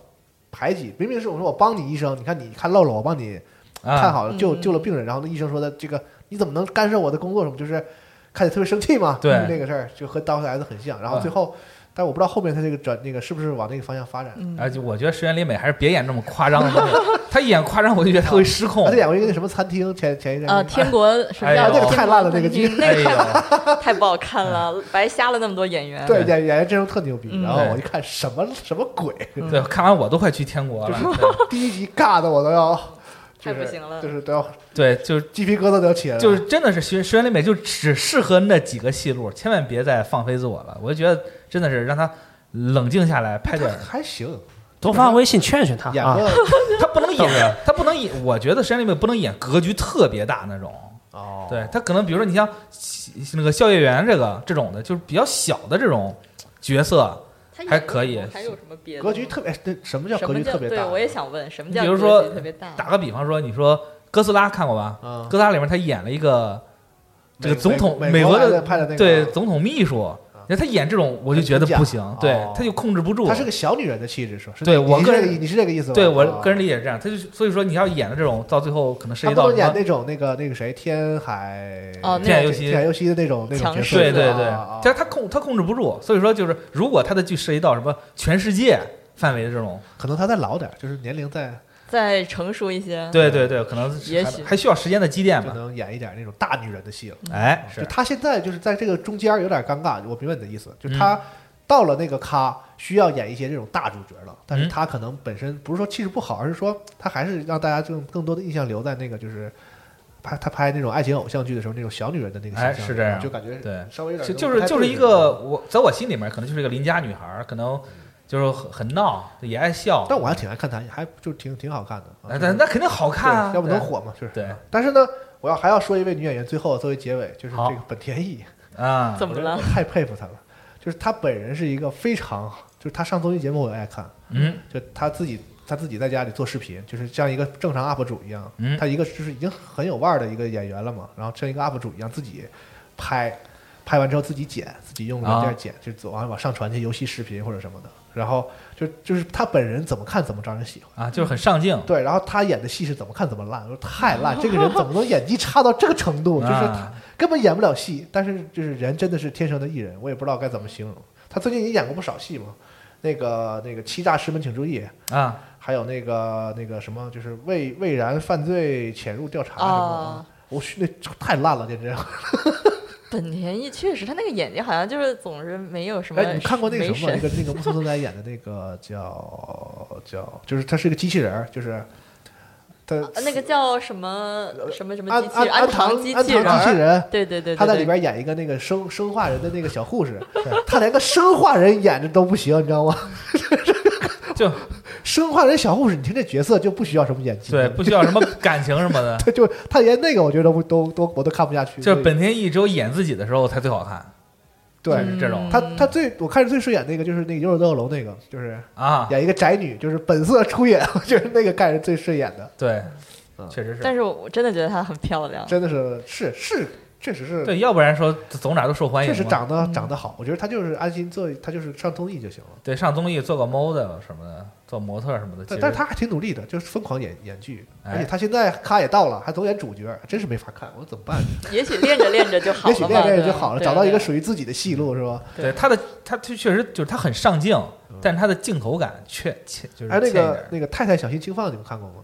C: 排挤。明明是我说我帮你医生，你看你看漏了，我帮你看
F: 啊，
C: 好了救、救了病人，然后那医生说的这个你怎么能干涉我的工作什么，就是看起特别生气嘛，
F: 对嗯
C: 就是那个事儿就和 DOTA X 很像。然后最后，但我不知道后面他这个转那个是不是往那个方向发展。
F: 而且啊我觉得石原里美还是别演这么夸张的东 西，他一演夸张我就觉得他会失控
C: 他。演过一个那什么餐厅，前前一阵
E: 啊，
C: 子
E: 天国什么
F: 哎
E: 叫天
F: 呦那
E: 国
C: 个太烂了那个剧哎
E: 餐厅
F: 哎
E: 那
F: 呦，
E: 个太不好看了，白瞎了那么多演员。
C: 对，演演员阵容特牛逼，
E: 嗯
C: 然后我一看什么什么鬼，
F: 对，看完我都快去天国了。
C: 第一集尬的我都要，就
E: 太不
C: 是
E: 行了
C: 就是都要
F: 对，就是
C: 鸡皮疙瘩都要起来了。
F: 就是真的是石石原里美就只适合那几个戏路，千万别再放飞自我了。我就觉得真的是让他冷静下来拍点
C: 他还行，
D: 多发微信劝劝他
C: 演
D: 啊
C: 过。
F: 他不能演，他不能演。我觉得山里面不能演格局特别大那种。
C: 哦，
F: 啊对他可能，比如说你像那个校业员这个这种的，就是比较小的这种角色。演还可以
E: 还有什么别的吗？
C: 格局特别，哎对，什么叫
E: 什
C: 格
E: 么
C: 局
E: 叫
C: 特别
E: 对，
C: 大？
E: 我也想问，什么
F: 你
E: 叫
F: 比如说
E: 格局特别大？
F: 打个比方说，你说哥斯拉看过吧？
C: 嗯
F: 哥斯拉里面他演了一个这个
C: 美
F: 总统，
C: 美
F: 美
C: 国
F: 国
C: 来
F: 的
C: 拍的那个，
F: 对总统秘书，那他演这种我就觉得不行
C: 很假，
F: 对
C: 哦，
F: 他就控制不住
C: 她。是个小女人的气质，是吧？是
F: 对
C: 你
F: 我
C: 你
F: 个
C: 是这
F: 人
C: 个你是这个意思吧？
F: 对我
C: 哦
F: 个人理解是这样，他就所以说你要演的这种，到最后可能涉
C: 她
F: 及
C: 不
F: 到
C: 能演
F: 什么
C: 那种那个那个谁天海
E: 哦那
F: 啊天海佑希
C: 天海佑希的那种那种角
E: 强
C: 色，
E: 势的
F: 对对对
C: 啊，
F: 但是他控他控制不住，所以说就是如果他的剧涉及到什么全世界范围的这种，
C: 可能她再老点儿，就是年龄再
E: 再成熟一些。
F: 对对对，可能
E: 嗯也
F: 还
E: 许
F: 还需要时间的积淀
C: 就
F: 吧。
C: 能演一点那种大女人的戏了。
F: 哎，
C: 就是他现在就是在这个中间有点尴尬，我明白你的意思，就是
F: 嗯
C: 他到了那个咖，需要演一些这种大主角了，但是
F: 嗯
C: 他可能本身不是说气质不好，而是说他还是让大家更更多的印象留在那个就是拍他拍那种爱情偶像剧的时候那种小女人的那个形
F: 哎
C: 象里，
F: 是这样
C: 就感觉
F: 对
C: 稍微有点
F: 就
C: 不
F: 就
C: 太
F: 是就是
C: 对
F: 一
C: 劲
F: 个。我在我心里面可能就是一个邻家女孩儿，可能就是很很闹，也爱笑，
C: 但我还挺爱看他，还就挺挺好看的。啊
F: 哎但那肯定好看啊，
C: 对要不能
F: 对
C: 火啊嘛，就是。
F: 对
C: 但是呢，我要还要说一位女演员，最后作为结尾，就是
F: 好
C: 这个本田翼。
F: 啊，
E: 怎么了
C: 我？太佩服他了，就是他本人是一个非常，就是他上综艺节目我也爱看，
F: 嗯
C: 就他自己他自己在家里做视频，就是像一个正常 UP 主一样，
F: 嗯
C: 他一个就是已经很有腕儿的一个演员了嘛，然后像一个 UP 主一样自己拍，拍完之后自己剪，自己用软
F: 啊
C: 件剪，就走完往上传去游戏视频或者什么的，然后就就是他本人怎么看怎么招人喜欢。
F: 啊，就是很上镜，
C: 对，然后他演的戏是怎么看怎么烂，我说太烂，这个人怎么能演技差到这个程度？就是他
F: 啊
C: 根本演不了戏，但是就是人真的是天生的艺人，我也不知道该怎么形容。他最近也演过不少戏嘛，那个那个欺诈师们请注意，
F: 啊，
C: 还有那个那个什么，就是未未然犯罪潜入调查什么
E: 哦
C: 的，我去那太烂了，简直。
E: 本田翼确实，他那个眼睛好像就是总是没有什么。
C: 哎，你看过那个
E: 没
C: 什么吗？那个
E: 神
C: 那个木村拓哉演的那个叫叫，就是他是个机器人儿，就是他
E: 呃那个叫什么什啊么什么
C: 安
E: 机器
C: 安
E: 人？
C: 安
E: 堂
C: 堂
E: 机
C: 安
E: 器
C: 堂
E: 人儿。
C: 机器人
E: 对对对，对
C: 他在里
E: 对
C: 边演一个那个生生化人的那个小护士， 他连个生化人演的都不行，你知道吗？
F: 就
C: 生化人小护士，你听这角色就不需要什么演技，
F: 对，不需要什么感情什么的，
C: 他就他连那个我觉得都不都都我都看不下去。
F: 就是
C: 所以
F: 本田翼只有演自己的时候才最好看，
C: 对
E: 嗯
F: 是这种
C: 他他最我看着最顺眼那个就是那个《幽游斗恶龙》那个，就是
F: 啊，
C: 演一个宅女，就是本色出演， 我觉得那个看着最顺眼的，
F: 对
C: 嗯，
F: 确实是。
E: 但是我真的觉得她很漂亮。
C: 真的是是是确实是，
F: 啊对，要不然说走哪儿都受欢迎
C: 确
F: 嘛。
C: 实长得
E: 嗯
C: 长得好。我觉得他就是安心做，他就是上综艺就行了。
F: 对上综艺做个 model 什么的，做模特什么的。其
C: 但
F: 实
C: 但是他还挺努力的，就是疯狂演演剧，而
F: 哎
C: 且他现在咖也到了，还总演主角，真是没法看，我怎么办？
E: 也许练着练着就好
C: 也
E: 了
C: 许
E: 嘛，
C: 练练
E: 对
C: 就好了，
E: 对
C: 找到一个
E: 对
C: 属于自己的戏路是吧？
F: 对他的他确实就是他很上镜，但是他的镜头感缺欠就
C: 嗯
F: 是
C: 哎，
F: 欠
C: 那
F: 一点
C: 个
F: 儿。
C: 那个太太小心轻放，你们看过吗？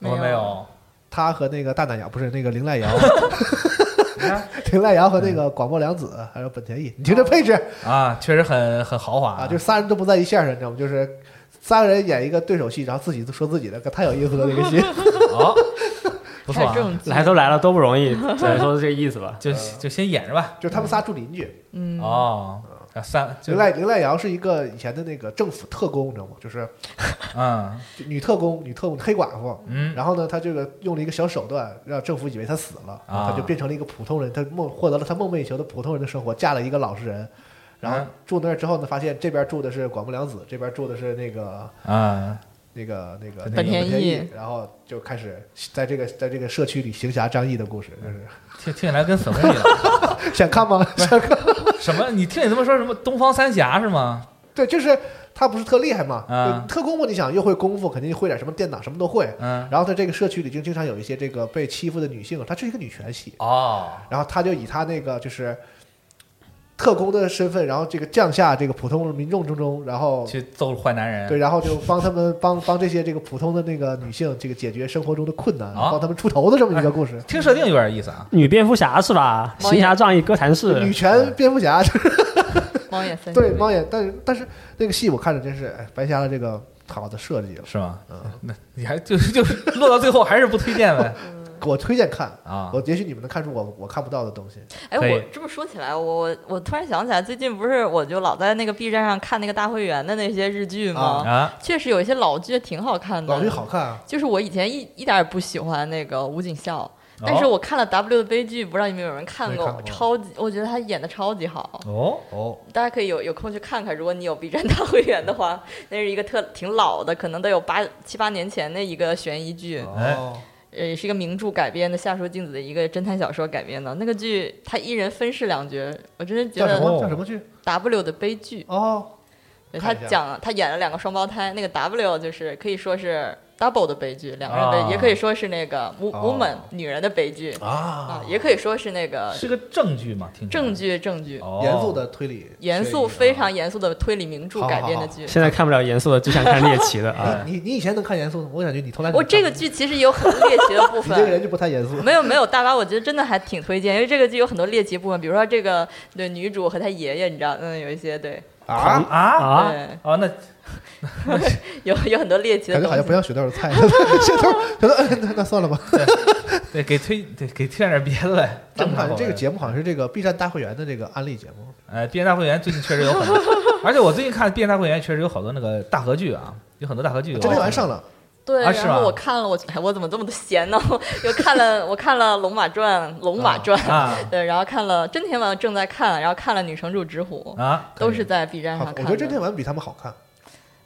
F: 我没有，
C: 他和那个大胆瑶不是那个 林濑瑶，
F: 你看 嗯
C: 林濑瑶和那个广末凉子还有本田翼，你听这配置
F: 啊，确实很很豪华
C: 啊，就仨人都不在一线上，你知道吗？就是三个人演一个对手戏，然后自己都说自己的，可太有意思了那个戏。
F: 哦，不错
E: 太
F: 啊，
E: 正经，
D: 来都来了都不 容易，只能说是这个意思吧。
F: 就就先演着吧。
C: 就他们仨住邻居，
E: 嗯，
F: 哦，啊三 就
C: 林濑林濑瑶是一个以前的那个政府特工，你知道吗？就是
F: 嗯
C: 就女特工、女特工、黑寡妇。
F: 嗯
C: 然后呢，她这个用了一个小手段，让政府以为她死了，
F: 啊
C: 她就变成了一个普通人，她梦获得了她梦寐以求的普通人的生活，嫁了一个老实人。然
F: 嗯
C: 后住那儿之后呢，发现这边住的是广木凉子，这边住的是那个
F: 嗯
C: 那个那个那个
E: 本田翼
C: 翼，然后就开始在这个在这个社区里行侠仗义的故事， 就是
F: 听听起来跟什么 一样？
C: 想看 吗？想看。
F: 什么？你听你这么说，什么东方三侠是吗？
C: 对，就是他不是特厉害嘛，
F: 嗯
C: 就特工嘛，你想又会功夫，肯定会点什么电脑，什么都会。
F: 嗯
C: 然后在这个社区里就经常有一些这个被欺负的女性，她是一个女权系，
F: 哦，
C: 然后他就以他那个就是特工的身份，然后这个降下这个普通民众之中，然后
F: 去揍坏男人。
C: 对，然后就帮他们帮帮这些这个普通的那个女性，这个解决生活中的困难，
F: 啊
C: 帮他们出头的这么一个故事。
F: 听设定有点意思啊。
D: 女蝙蝠侠 是吧？
E: 猫
D: 行侠仗义哥谭
C: 女
D: 市，
C: 权蝙蝠侠，就是
E: 猫眼森
C: 对猫眼，但是但是那个戏我看着真是哎白瞎了这个好的设计了。
F: 是吗？
C: 嗯
F: 那你还就是就是落到最后还是不推荐呗
C: 我推荐看，
F: 啊
C: 我也许你们能看出我我看不到的东西。
E: 哎，
F: 可以
E: 我这么说起来，我我我突然想起来，最近不是我就老在那个 B 站上看那个大会员的那些日剧吗？
F: 啊！
E: 确实有一些老剧挺好看的，
C: 老剧好看啊，
E: 就是我以前一一点儿也不喜欢那个吴谨孝，但是我看了 W 的悲剧，不知道有没有人看
C: 哦没
E: 过，
C: 看过
E: 超级，我觉得他演的超级好，
F: 哦哦，
E: 大家可以有有空去看看，如果你有 B 站大会员的话， 那是一个特挺老的，可能得有八七八年前的一个悬疑剧，
F: 哎
C: 哦，
E: 呃，也是一个名著改编的夏树镜子的一个侦探小说改编的。那个剧他一人分饰两角，我真是觉
C: 叫什
E: 得
F: 哦
C: 么叫什么剧？
E: W 的悲剧，
C: 哦，
E: 对他
C: 看一下
E: 讲他演了两个双胞胎，那个 W 就是可以说是 double 的悲剧，两个人的、
F: 啊
E: 也可以说是那个 wo-
C: 哦
E: woman、女人的悲剧
C: 啊，
E: 也可以说是那个
F: 是个正剧嘛？听起来
E: 正剧正剧，
F: 哦
C: 严肃的推理，
E: 严肃
C: 悬疑啊
E: 非常严肃的推理名著
C: 好
E: 改
C: 好
E: 编的
C: 好
E: 剧。
D: 现在看不了严肃的，只想看猎奇 的啊。
C: 你你你以前能看严肃的吗？我感觉你从来没
E: 哎我这个
C: 看
E: 剧其实有很多猎奇的部
C: 你这个
E: 分。
C: 人就不太严肃。
E: 没有没有，大巴，我觉得真的还挺推荐，因为这个剧有很多猎奇部分，比如说这个对女主和她爷爷，你知道，嗯，有一些对
F: 啊啊
D: 啊，
E: 对，
F: 哦，那
E: 有有很多猎奇的
C: 感觉
E: 东
C: 好像不
E: 西。
C: 像雪豆的 菜，雪豆雪豆，哎 那那算了吧。
F: 得给推得给推荐点别的呗。
C: 咱们好 像这个
F: 目，
C: 节目好像是这个 B 站大会员的这个安利节目，
F: 哎，《毕业大会员》最近确实有 很多，而且我最近看《毕业大会员》确实有好多那个大合剧啊，有很多大合剧。
C: 这天晚上上了，
E: 对，
F: 啊是
E: 然后
F: 吗
E: 我看了，我哎我怎么这么的闲呢？我又看了， 我看了《龙马传》《龙马传》
F: 啊
E: 对，然后看了真田丸正在看，然后看了《女城主之虎》
F: 啊，
E: 都是在 B 站
C: 好
E: 上看的。
C: 我觉得这天晚比他们好看。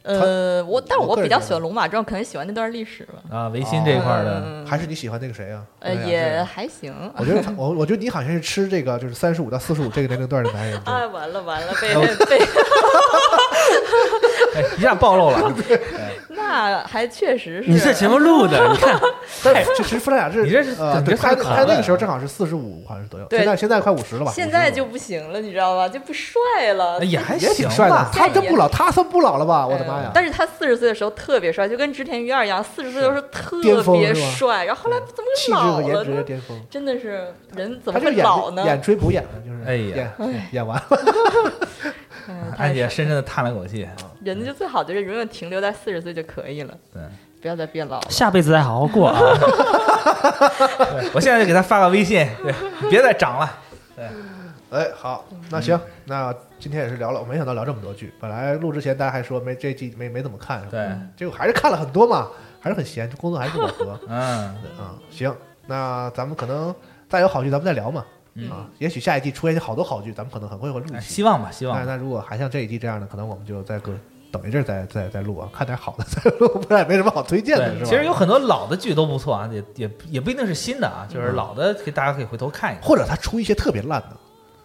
E: 呃，我但
C: 我
E: 我
C: 个人
E: 比较
C: 觉得
E: 喜欢《龙马传》，可能喜欢那段历史吧。
F: 啊，维新这一块儿的，
E: 嗯，
C: 还是你喜欢那个谁啊？
E: 呃，
C: 欧阳
E: 也
C: 靖。
E: 还行。
C: 我觉得他我我觉得你好像是吃这个就是三十五到四十五这个年龄段的男 人。
E: 哎，完了完了，被 被被，
F: 哎，一下暴露了。
E: 那还确实是。
D: 你这节目录的，你看
C: 但是其实傅俩是，
F: 你这是
C: 呃，
F: 你
C: 对
F: 这
C: 他
F: 太狠
C: 他那
F: 了
C: 个时候正好是四十五，好像是左右。
E: 对
C: 现在现在快五十了吧？
E: 现在
C: 55
E: 就
C: 了
E: 不行了，你知道吧？就不帅了。
F: 哎也还
C: 也
F: 行
C: 挺帅的
F: 吧，，
C: 他真不老，他算不老了吧？我的
E: 嗯
C: 妈呀！
E: 但是他四十岁的时候特别帅，就跟织田裕二一样，四十岁的时候特
C: 巅峰
E: 别
C: 是吧
E: 帅，然后后来怎么
C: 气质
E: 老
C: 和颜
E: 了
C: 值的
E: 呢？
C: 巅峰，
E: 真的是人怎
C: 他
E: 么
C: 就
E: 会
C: 演
E: 老呢？
C: 演追捕演的，就是
F: 哎
C: 演
F: 呀
C: 演完了。
E: 哎太
F: 安姐深深的叹了口气。
E: 人就最好就是永远停留在四十岁就可以了，
F: 对，
E: 不要再变老了。
D: 下辈子再好好 过啊。
F: 我现在就给他发个微信，对，别再涨了。
C: 哎，好，那行，那今天也是聊了，我没想到聊这么多剧。本来录之前大家还说没这季没没怎么看，是吧，
F: 对，
C: 结果还是看了很多嘛，还是很闲，这工作还是不饱和
F: 嗯，
C: 啊、行，那咱们可能再有好剧咱们再聊嘛，啊，也许下一季出现好多好剧，咱们可能很快会录一
F: 嗯哎
C: 期。
F: 希望吧，希望
C: 那
F: 吧。
C: 那如果还像这一季这样的，可能我们就再更等一阵儿再再再录啊，看点好的再录， 不然也没什么好推荐的，是吧？
F: 其实有很多老的剧都不错啊，也也也不一定是新的啊，就是老的，可以大家可以回头看一看。
C: 或者他出一些特别烂的，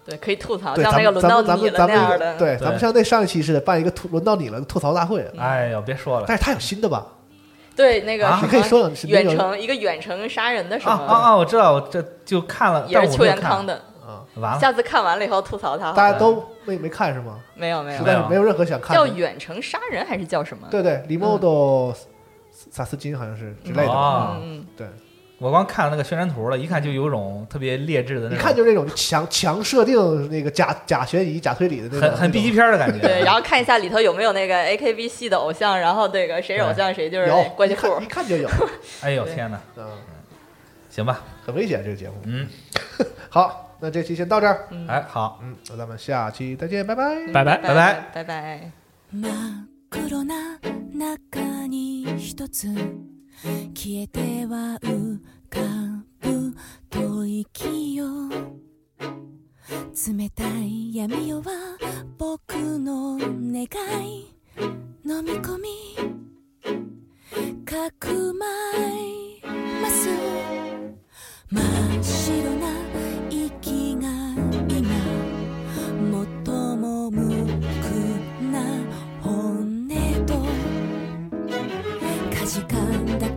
E: 对，可以吐槽，
C: 对，
E: 像
C: 咱
E: 那个
C: 们咱
E: 轮到
C: 们咱
E: 你
C: 们
E: 了
C: 咱
E: 那样的
C: 们，对，咱们像那上一期似的，办一个吐轮到你了吐槽大会，
F: 哎呦，别说了，
C: 但是他有新的吧？
E: 对那个
F: 啊
E: 什么
C: 你可以说了是那个
E: 远程一个远程杀人的什
F: 啊
E: 么，
F: 啊啊！我知道，我这就看
C: 啊
F: 了，
E: 也
F: 但
E: 是
F: 我
E: 邱
F: 没有
E: 元
F: 看
E: 康，的。
F: 完了，
E: 下次看完了以后吐槽他好了，
C: 大家都没没看是吗？
E: 没啊有没有
C: 实，在是没有任何想看
E: 叫
C: 的。
E: 远程杀人还是叫什么？
C: 对对，李莫多萨斯金好像是之类的吧，
F: 啊
E: 嗯，嗯，
C: 对，
F: 我光看了那个宣传图了，一看就有种特别劣质的
C: 一
F: 那种，
C: 看就是那种强强设定那个假假悬疑、假推理的那种，
F: 很很
C: 那种
F: B 级片的感觉。
E: 对，然后看一下里头有没有那个 AKB 系的偶像，然后那个谁是偶像谁就是
C: 有
E: 关
C: 一
E: 系户
C: 看，一看就有，
F: 哎呦
E: 对
F: 天哪，
C: 嗯，
F: 行吧，
C: 很危险这个节目。
F: 嗯，
C: 好，那这期先到这儿，
F: 哎好，
C: 嗯，那咱们下期再见，拜拜。
D: 拜拜。
F: 拜拜
E: 拜拜。
I: 真っ黒な中に一つ消えては浮かぶ吐息よ冷たい闇夜は僕の願い飲み込みかくまいます真っ白な息が今最も無垢な本音とかじかんだ